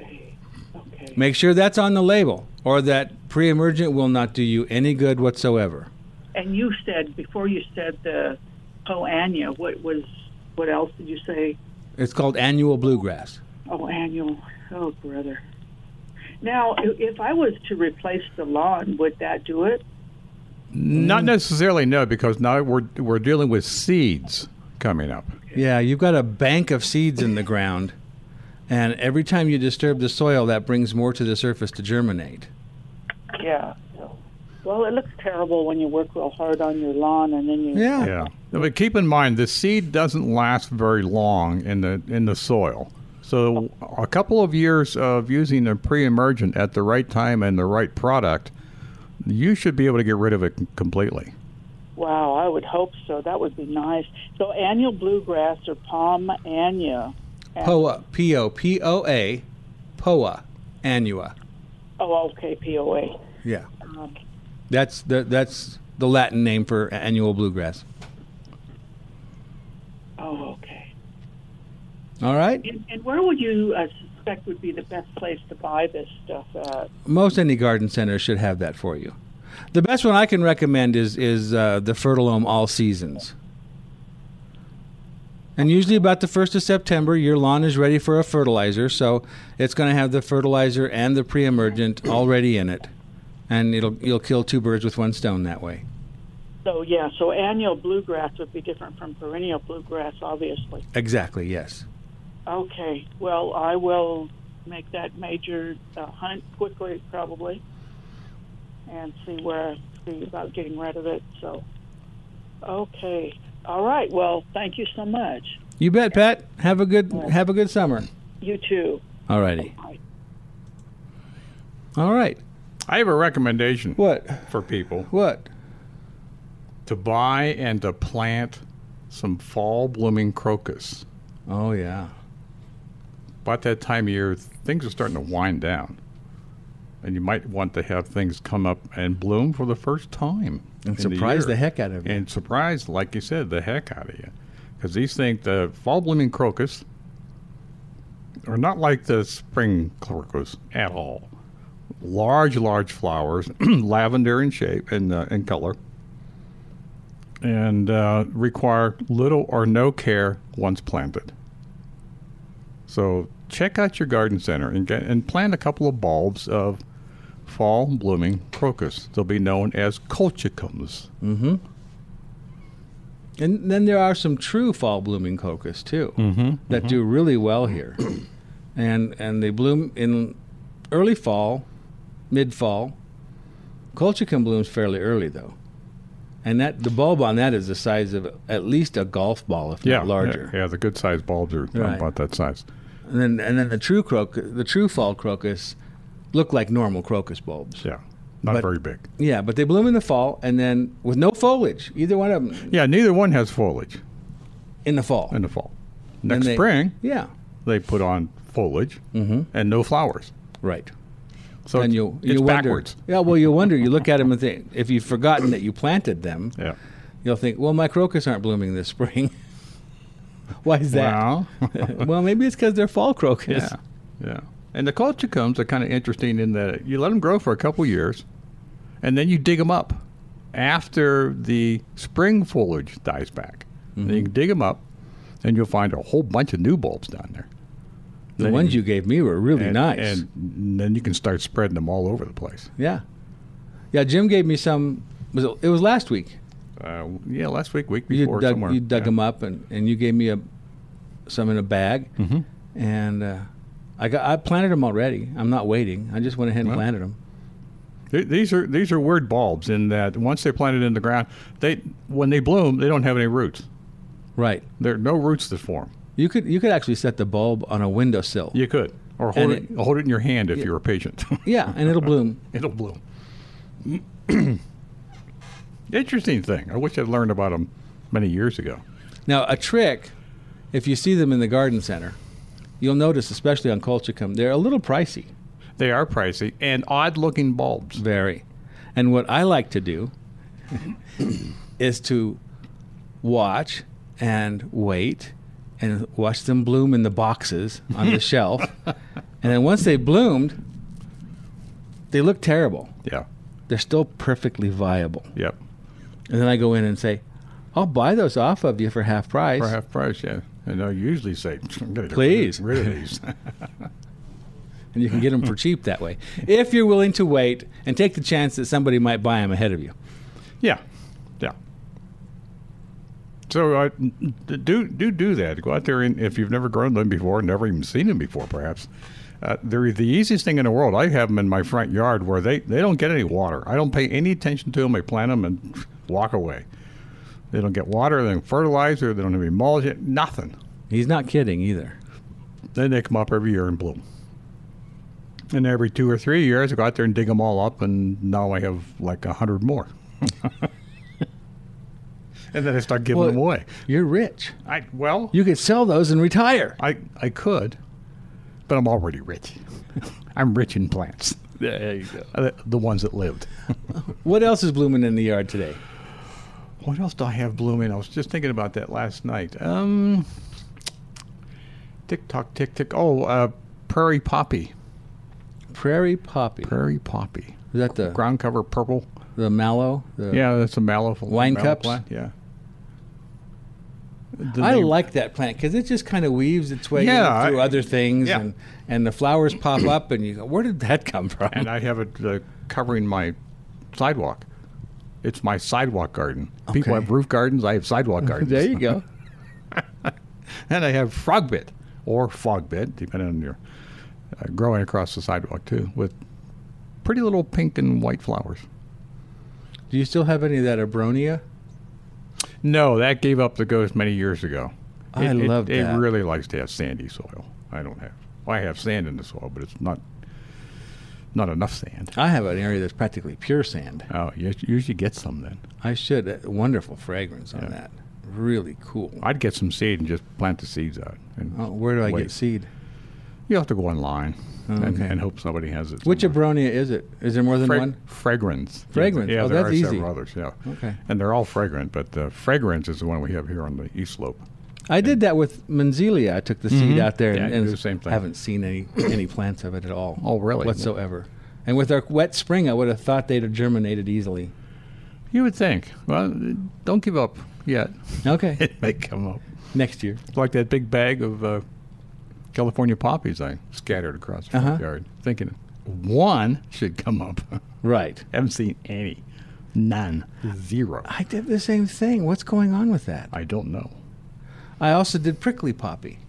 Make sure that's on the label, or that pre-emergent will not do you any good whatsoever. and you said before you said the poania. What was? What else did you say? It's called annual bluegrass. Oh, annual. Oh, brother. Now, i- if I was to replace the lawn, would that do it? Not necessarily no, because now we're we're dealing with seeds coming up. Yeah, you've got a bank of seeds in the ground, and every time you disturb the soil, that brings more to the surface to germinate. Yeah. Well, it looks terrible when you work real hard on your lawn and then you. Yeah. No, But keep in mind the seed doesn't last very long in the in the soil. So a couple of years of using a pre-emergent at the right time and the right product, you should be able to get rid of it completely. Wow, I would hope so. That would be nice. So annual bluegrass or palm annual. Poa, P O P O A, Poa, annua. Oh, okay, POA. Yeah, Um, that's the that's the Latin name for annual bluegrass. oh, okay. All right, And, and where would you uh, suspect would be the best place to buy this stuff at? most any garden center should have that for you. The best one I can recommend is is uh, the Fertilome All Seasons. And usually about the first of September, your lawn is ready for a fertilizer, so it's going to have the fertilizer and the pre-emergent already in it, and it'll you'll kill two birds with one stone that way. So yeah, so annual bluegrass would be different from perennial bluegrass, obviously. Exactly. Yes. Okay. Well, I will make that major uh, hunt quickly, probably, and see where see about getting rid of it. So, okay. All right. Well, thank you so much. You bet, Pat. Have a good have a good summer. You too. All righty. All right. I have a recommendation. What? For people What? to buy and to plant some fall blooming crocus. Oh yeah. About that time of year, things are starting to wind down. And you might want to have things come up and bloom for the first time. And in surprise year. the heck out of you. And surprise, like you said, the heck out of you. Because these things, the fall blooming crocus, are not like the spring crocus at all. Large, large flowers, lavender in shape and uh, in color, and uh, require little or no care once planted. So check out your garden center and get, and plant a couple of bulbs of fall blooming crocus. They'll be known as colchicums. Mm-hmm. And then there are some true fall blooming crocus too Mm-hmm. that do really well here, and and they bloom in early fall, mid fall. Colchicum blooms fairly early though, and that the bulb on that is the size of at least a golf ball, if Yeah, not larger. Yeah, yeah, the good sized bulbs are Right. about that size. And then and then the true crocus, the true fall crocus, look like normal crocus bulbs. Yeah, not But- very big. Yeah, but they bloom in the fall and then with no foliage, either one of them Yeah, neither one has foliage um, in the fall. in the fall. And Next they- spring, Yeah, they put on foliage mm-hmm. and no flowers. right. So and you it's you wonder, backwards. Yeah, well, you wonder. You look at them and think, if you've forgotten that you planted them, Yeah. you'll think, well, my crocus aren't blooming this spring. Why is that? Wow. Well, maybe it's because they're fall crocus. Yeah, yeah. And the colchicums are kind of interesting in that you let them grow for a couple years, and then you dig them up after the spring foliage dies back. Then you Mm-hmm. can dig them up, and you'll find a whole bunch of new bulbs down there. The ones you gave me were really and, nice. and then you can start spreading them all over the place. yeah, yeah. Jim gave me some. Was it, it was last week? Uh, yeah, last week, week You before, dug, somewhere. you dug yeah. them up and, and you gave me a some in a bag, Mm-hmm. and uh, I got I planted them already. I'm not waiting. I just went ahead and Well. planted them. Th- These are these are weird bulbs in that once they're planted in the ground, they when they bloom, they don't have any roots. Right. There are no roots that form. You could you could actually set the bulb on a windowsill. You could, or hold it, And hold it in your hand if you're patient. Yeah, and it'll bloom. It'll bloom. Interesting thing. I wish I'd learned about them many years ago. Now, a trick, if you see them in the garden center, you'll notice, especially on colchicum, they're a little pricey. They are pricey and odd-looking bulbs. Very. And what I like to do is to watch and wait and watch them bloom in the boxes on the shelf. And then once they bloomed, they look terrible. Yeah. They're still perfectly viable. Yep. And then I go in and say, I'll buy those off of you for half price. For half price. Yeah. And I usually say, "I'm gonna get Please. rid of these. and you can get them for cheap that way if you're willing to wait and take the chance that somebody might buy them ahead of you. Yeah, yeah. So uh, d- do do do that. Go out there and if you've never grown them before, never even seen them before, perhaps. Uh, they're the easiest thing in the world. I have them in my front yard where they, they don't get any water. I don't pay any attention to them. I plant them and walk away. They don't get water. They don't fertilizer. They don't have emulsion. Nothing. He's not kidding either. Then they come up every year and bloom. And every two or three years, I go out there and dig them all up, and now I have like a hundred more. and then I start giving Well, them away. You're rich. I well, You could sell those and retire. I I could, but I'm already rich. I'm rich in plants. There you go. The, the ones that lived. What else is blooming in the yard today? What else do I have blooming? I was just thinking about that last night. Um, tick tock, tick tick. Oh, uh, prairie poppy. Prairie poppy. Prairie poppy. Is that the Ground cover purple. the mallow? The, Yeah, that's a mallow. Wine mallow cups? Plant. Yeah. The I name- like that plant because it just kind of weaves its way Yeah, in through I- other things, yeah. and and the flowers pop up, and you go, "Where did that come from?" And I have it uh, covering my sidewalk. It's my sidewalk garden. People Okay. have roof gardens. I have sidewalk gardens. there you go. and I have frog bit or fog bit, depending on your uh, growing across the sidewalk too, with pretty little pink and white flowers. Do you still have any of that abronia? No, that gave up the ghost many years ago. I it, love it, that. It really likes to have sandy soil. I don't have. Well, I have sand in the soil, but it's not not enough sand. I have an area that's practically pure sand. Oh, you should- you should get some then. I should. Uh, Wonderful fragrance on that. Really cool. I'd get some seed and just plant the seeds out. And Oh, where do I wait. get seed? You have to go online Oh, and, okay. and hope somebody has it. Which abronia is it? Is there more than Fra- one? Fragrance. Fragrance. Yeah, Oh, there that's are easy. several others. Yeah. Okay. And they're all fragrant, but the fragrance is the one we have here on the East Slope. I did that with Menzelia. I took the seed Mhm. out there Yeah, and, you and do the same thing. haven't seen any any plants of it at all. Oh, really? Whatsoever. And with our wet spring, I would have thought they'd have germinated easily. You would think. Well, don't give up yet. Okay. It may come up. Next year. Like that big bag of uh, California poppies I scattered across the Uh-huh. front yard, thinking one should come up. Right. Haven't seen any. None. Zero. I did the same thing. What's going on with that? I don't know. I also did prickly poppy.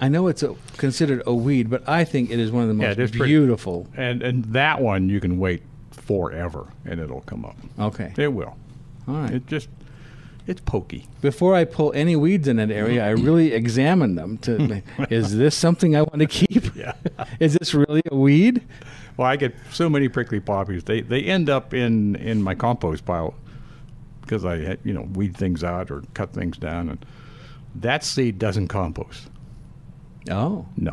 I know it's a, considered a weed, but I think it is one of the Yeah, most it is pretty- beautiful. And and that one you can wait forever and it'll come up. Okay. It will. All right. It just it's pokey. Mm-hmm. Before I pull any weeds in that area, I really examine them to is this something I want to keep? Yeah. Is this really a weed? Well, I get so many prickly poppies. They they end up in in my compost pile because I had, you know weed things out or cut things down, and that seed doesn't compost. Oh. No,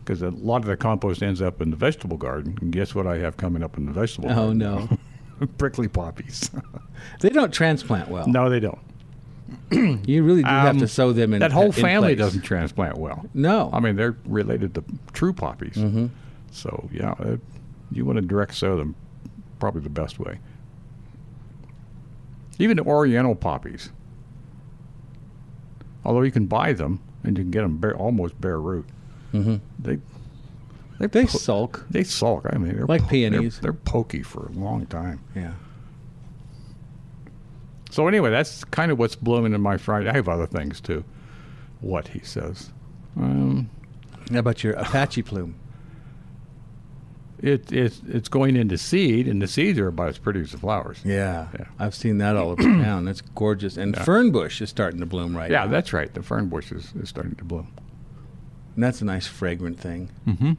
because a lot of the compost ends up in the vegetable garden. And guess what I have coming up in the vegetable? Oh garden? no. prickly poppies. They don't transplant well. no, they don't. You really do have Um, to sow them in that whole in family place. doesn't transplant well. No. I mean they're related to true poppies. Mm-hmm. So yeah, uh, you want to direct sow them, probably the best way. Even Oriental poppies, although you can buy them and you can get them bare, almost bare root, mm-hmm. they They sulk. they sulk. I mean, they're Like they're- peonies. They're, pokey for a long time. Yeah. So anyway, that's kind of what's blooming in my front. I have other things too. What he says. Um, How about your Apache plume? it, it's it's going into seed, and the seeds are about as pretty as the flowers. Yeah. Yeah. I've seen that all over town. That's gorgeous. And fern bush is starting to bloom right Yeah, now. that's right. The fern bush is, is starting to bloom. And that's a nice fragrant thing. Mm-hmm.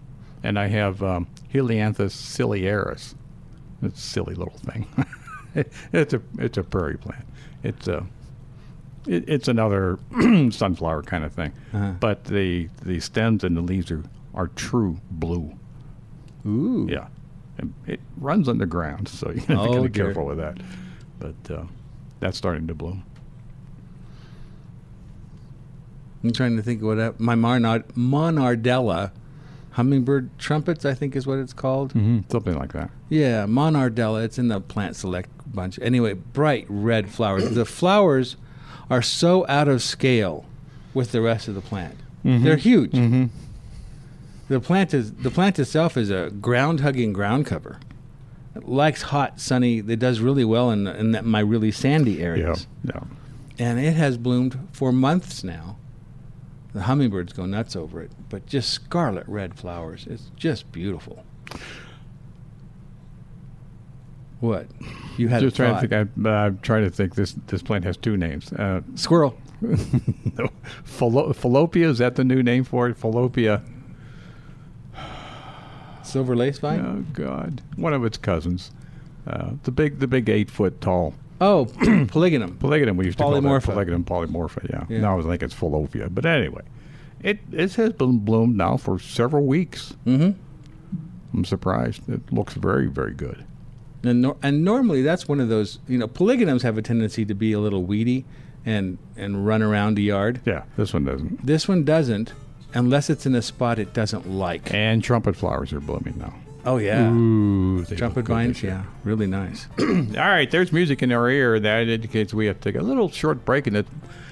And I have um, Helianthus ciliaris. It's a silly little thing. it's a it's a prairie plant. It's a it, it's another sunflower kind of thing. Uh-huh. But the the stems and the leaves are, are true blue. Ooh. Yeah, and it runs underground, so you have to Oh, be dear. careful with that. But uh, that's starting to bloom. I'm trying to think of what I, my monard, monardella hummingbird trumpets, I think is what it's called. Something like that. Yeah, monardella. It's in the plant select bunch. Anyway, bright red flowers. the flowers are so out of scale with the rest of the plant. Mm-hmm. They're huge. The plant is the plant itself is a ground hugging ground cover. It likes hot, sunny. It does really well in, in that, my really sandy Yeah, areas yeah. and it has bloomed for months now. The hummingbirds go nuts over it, but just scarlet red flowers. It's just beautiful. What? You had Just a trying thought. to think. I, I'm trying to think. This this plant has two names. Uh, Squirrel. No. Fallo- fallopia, is that the new name for it? Fallopia. Silver lace vine? Oh God, one of its cousins, uh, the big, the big eight foot tall Oh, polygonum. polygonum. We used to Polymorpha. call that polygonum polymorpha. Yeah. Yeah. Now I think it's fallopia. But anyway, it it has been bloomed now for several weeks. Mm-hmm. I'm surprised. It looks very, very good. And, nor- and normally that's one of those, you know, polygonums have a tendency to be a little weedy and, and run around a yard. Yeah, this one doesn't. This one doesn't, unless it's in a spot it doesn't like. And trumpet flowers are blooming now. Oh, yeah. Ooh, they look Trumpet good vines, this year. yeah. Really nice. All right, there's music in our ear. That indicates we have to take a little short break, and it,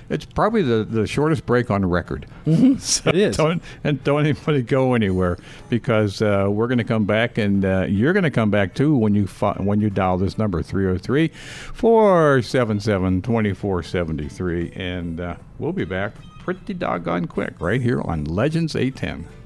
it's probably the, the shortest break on record. So Mm-hmm. It is. Don't, and don't anybody go anywhere because uh, we're going to come back, and uh, you're going to come back too when you fi- when you dial this number 303 477 2473. And uh, we'll be back pretty doggone quick right here on Legends 810.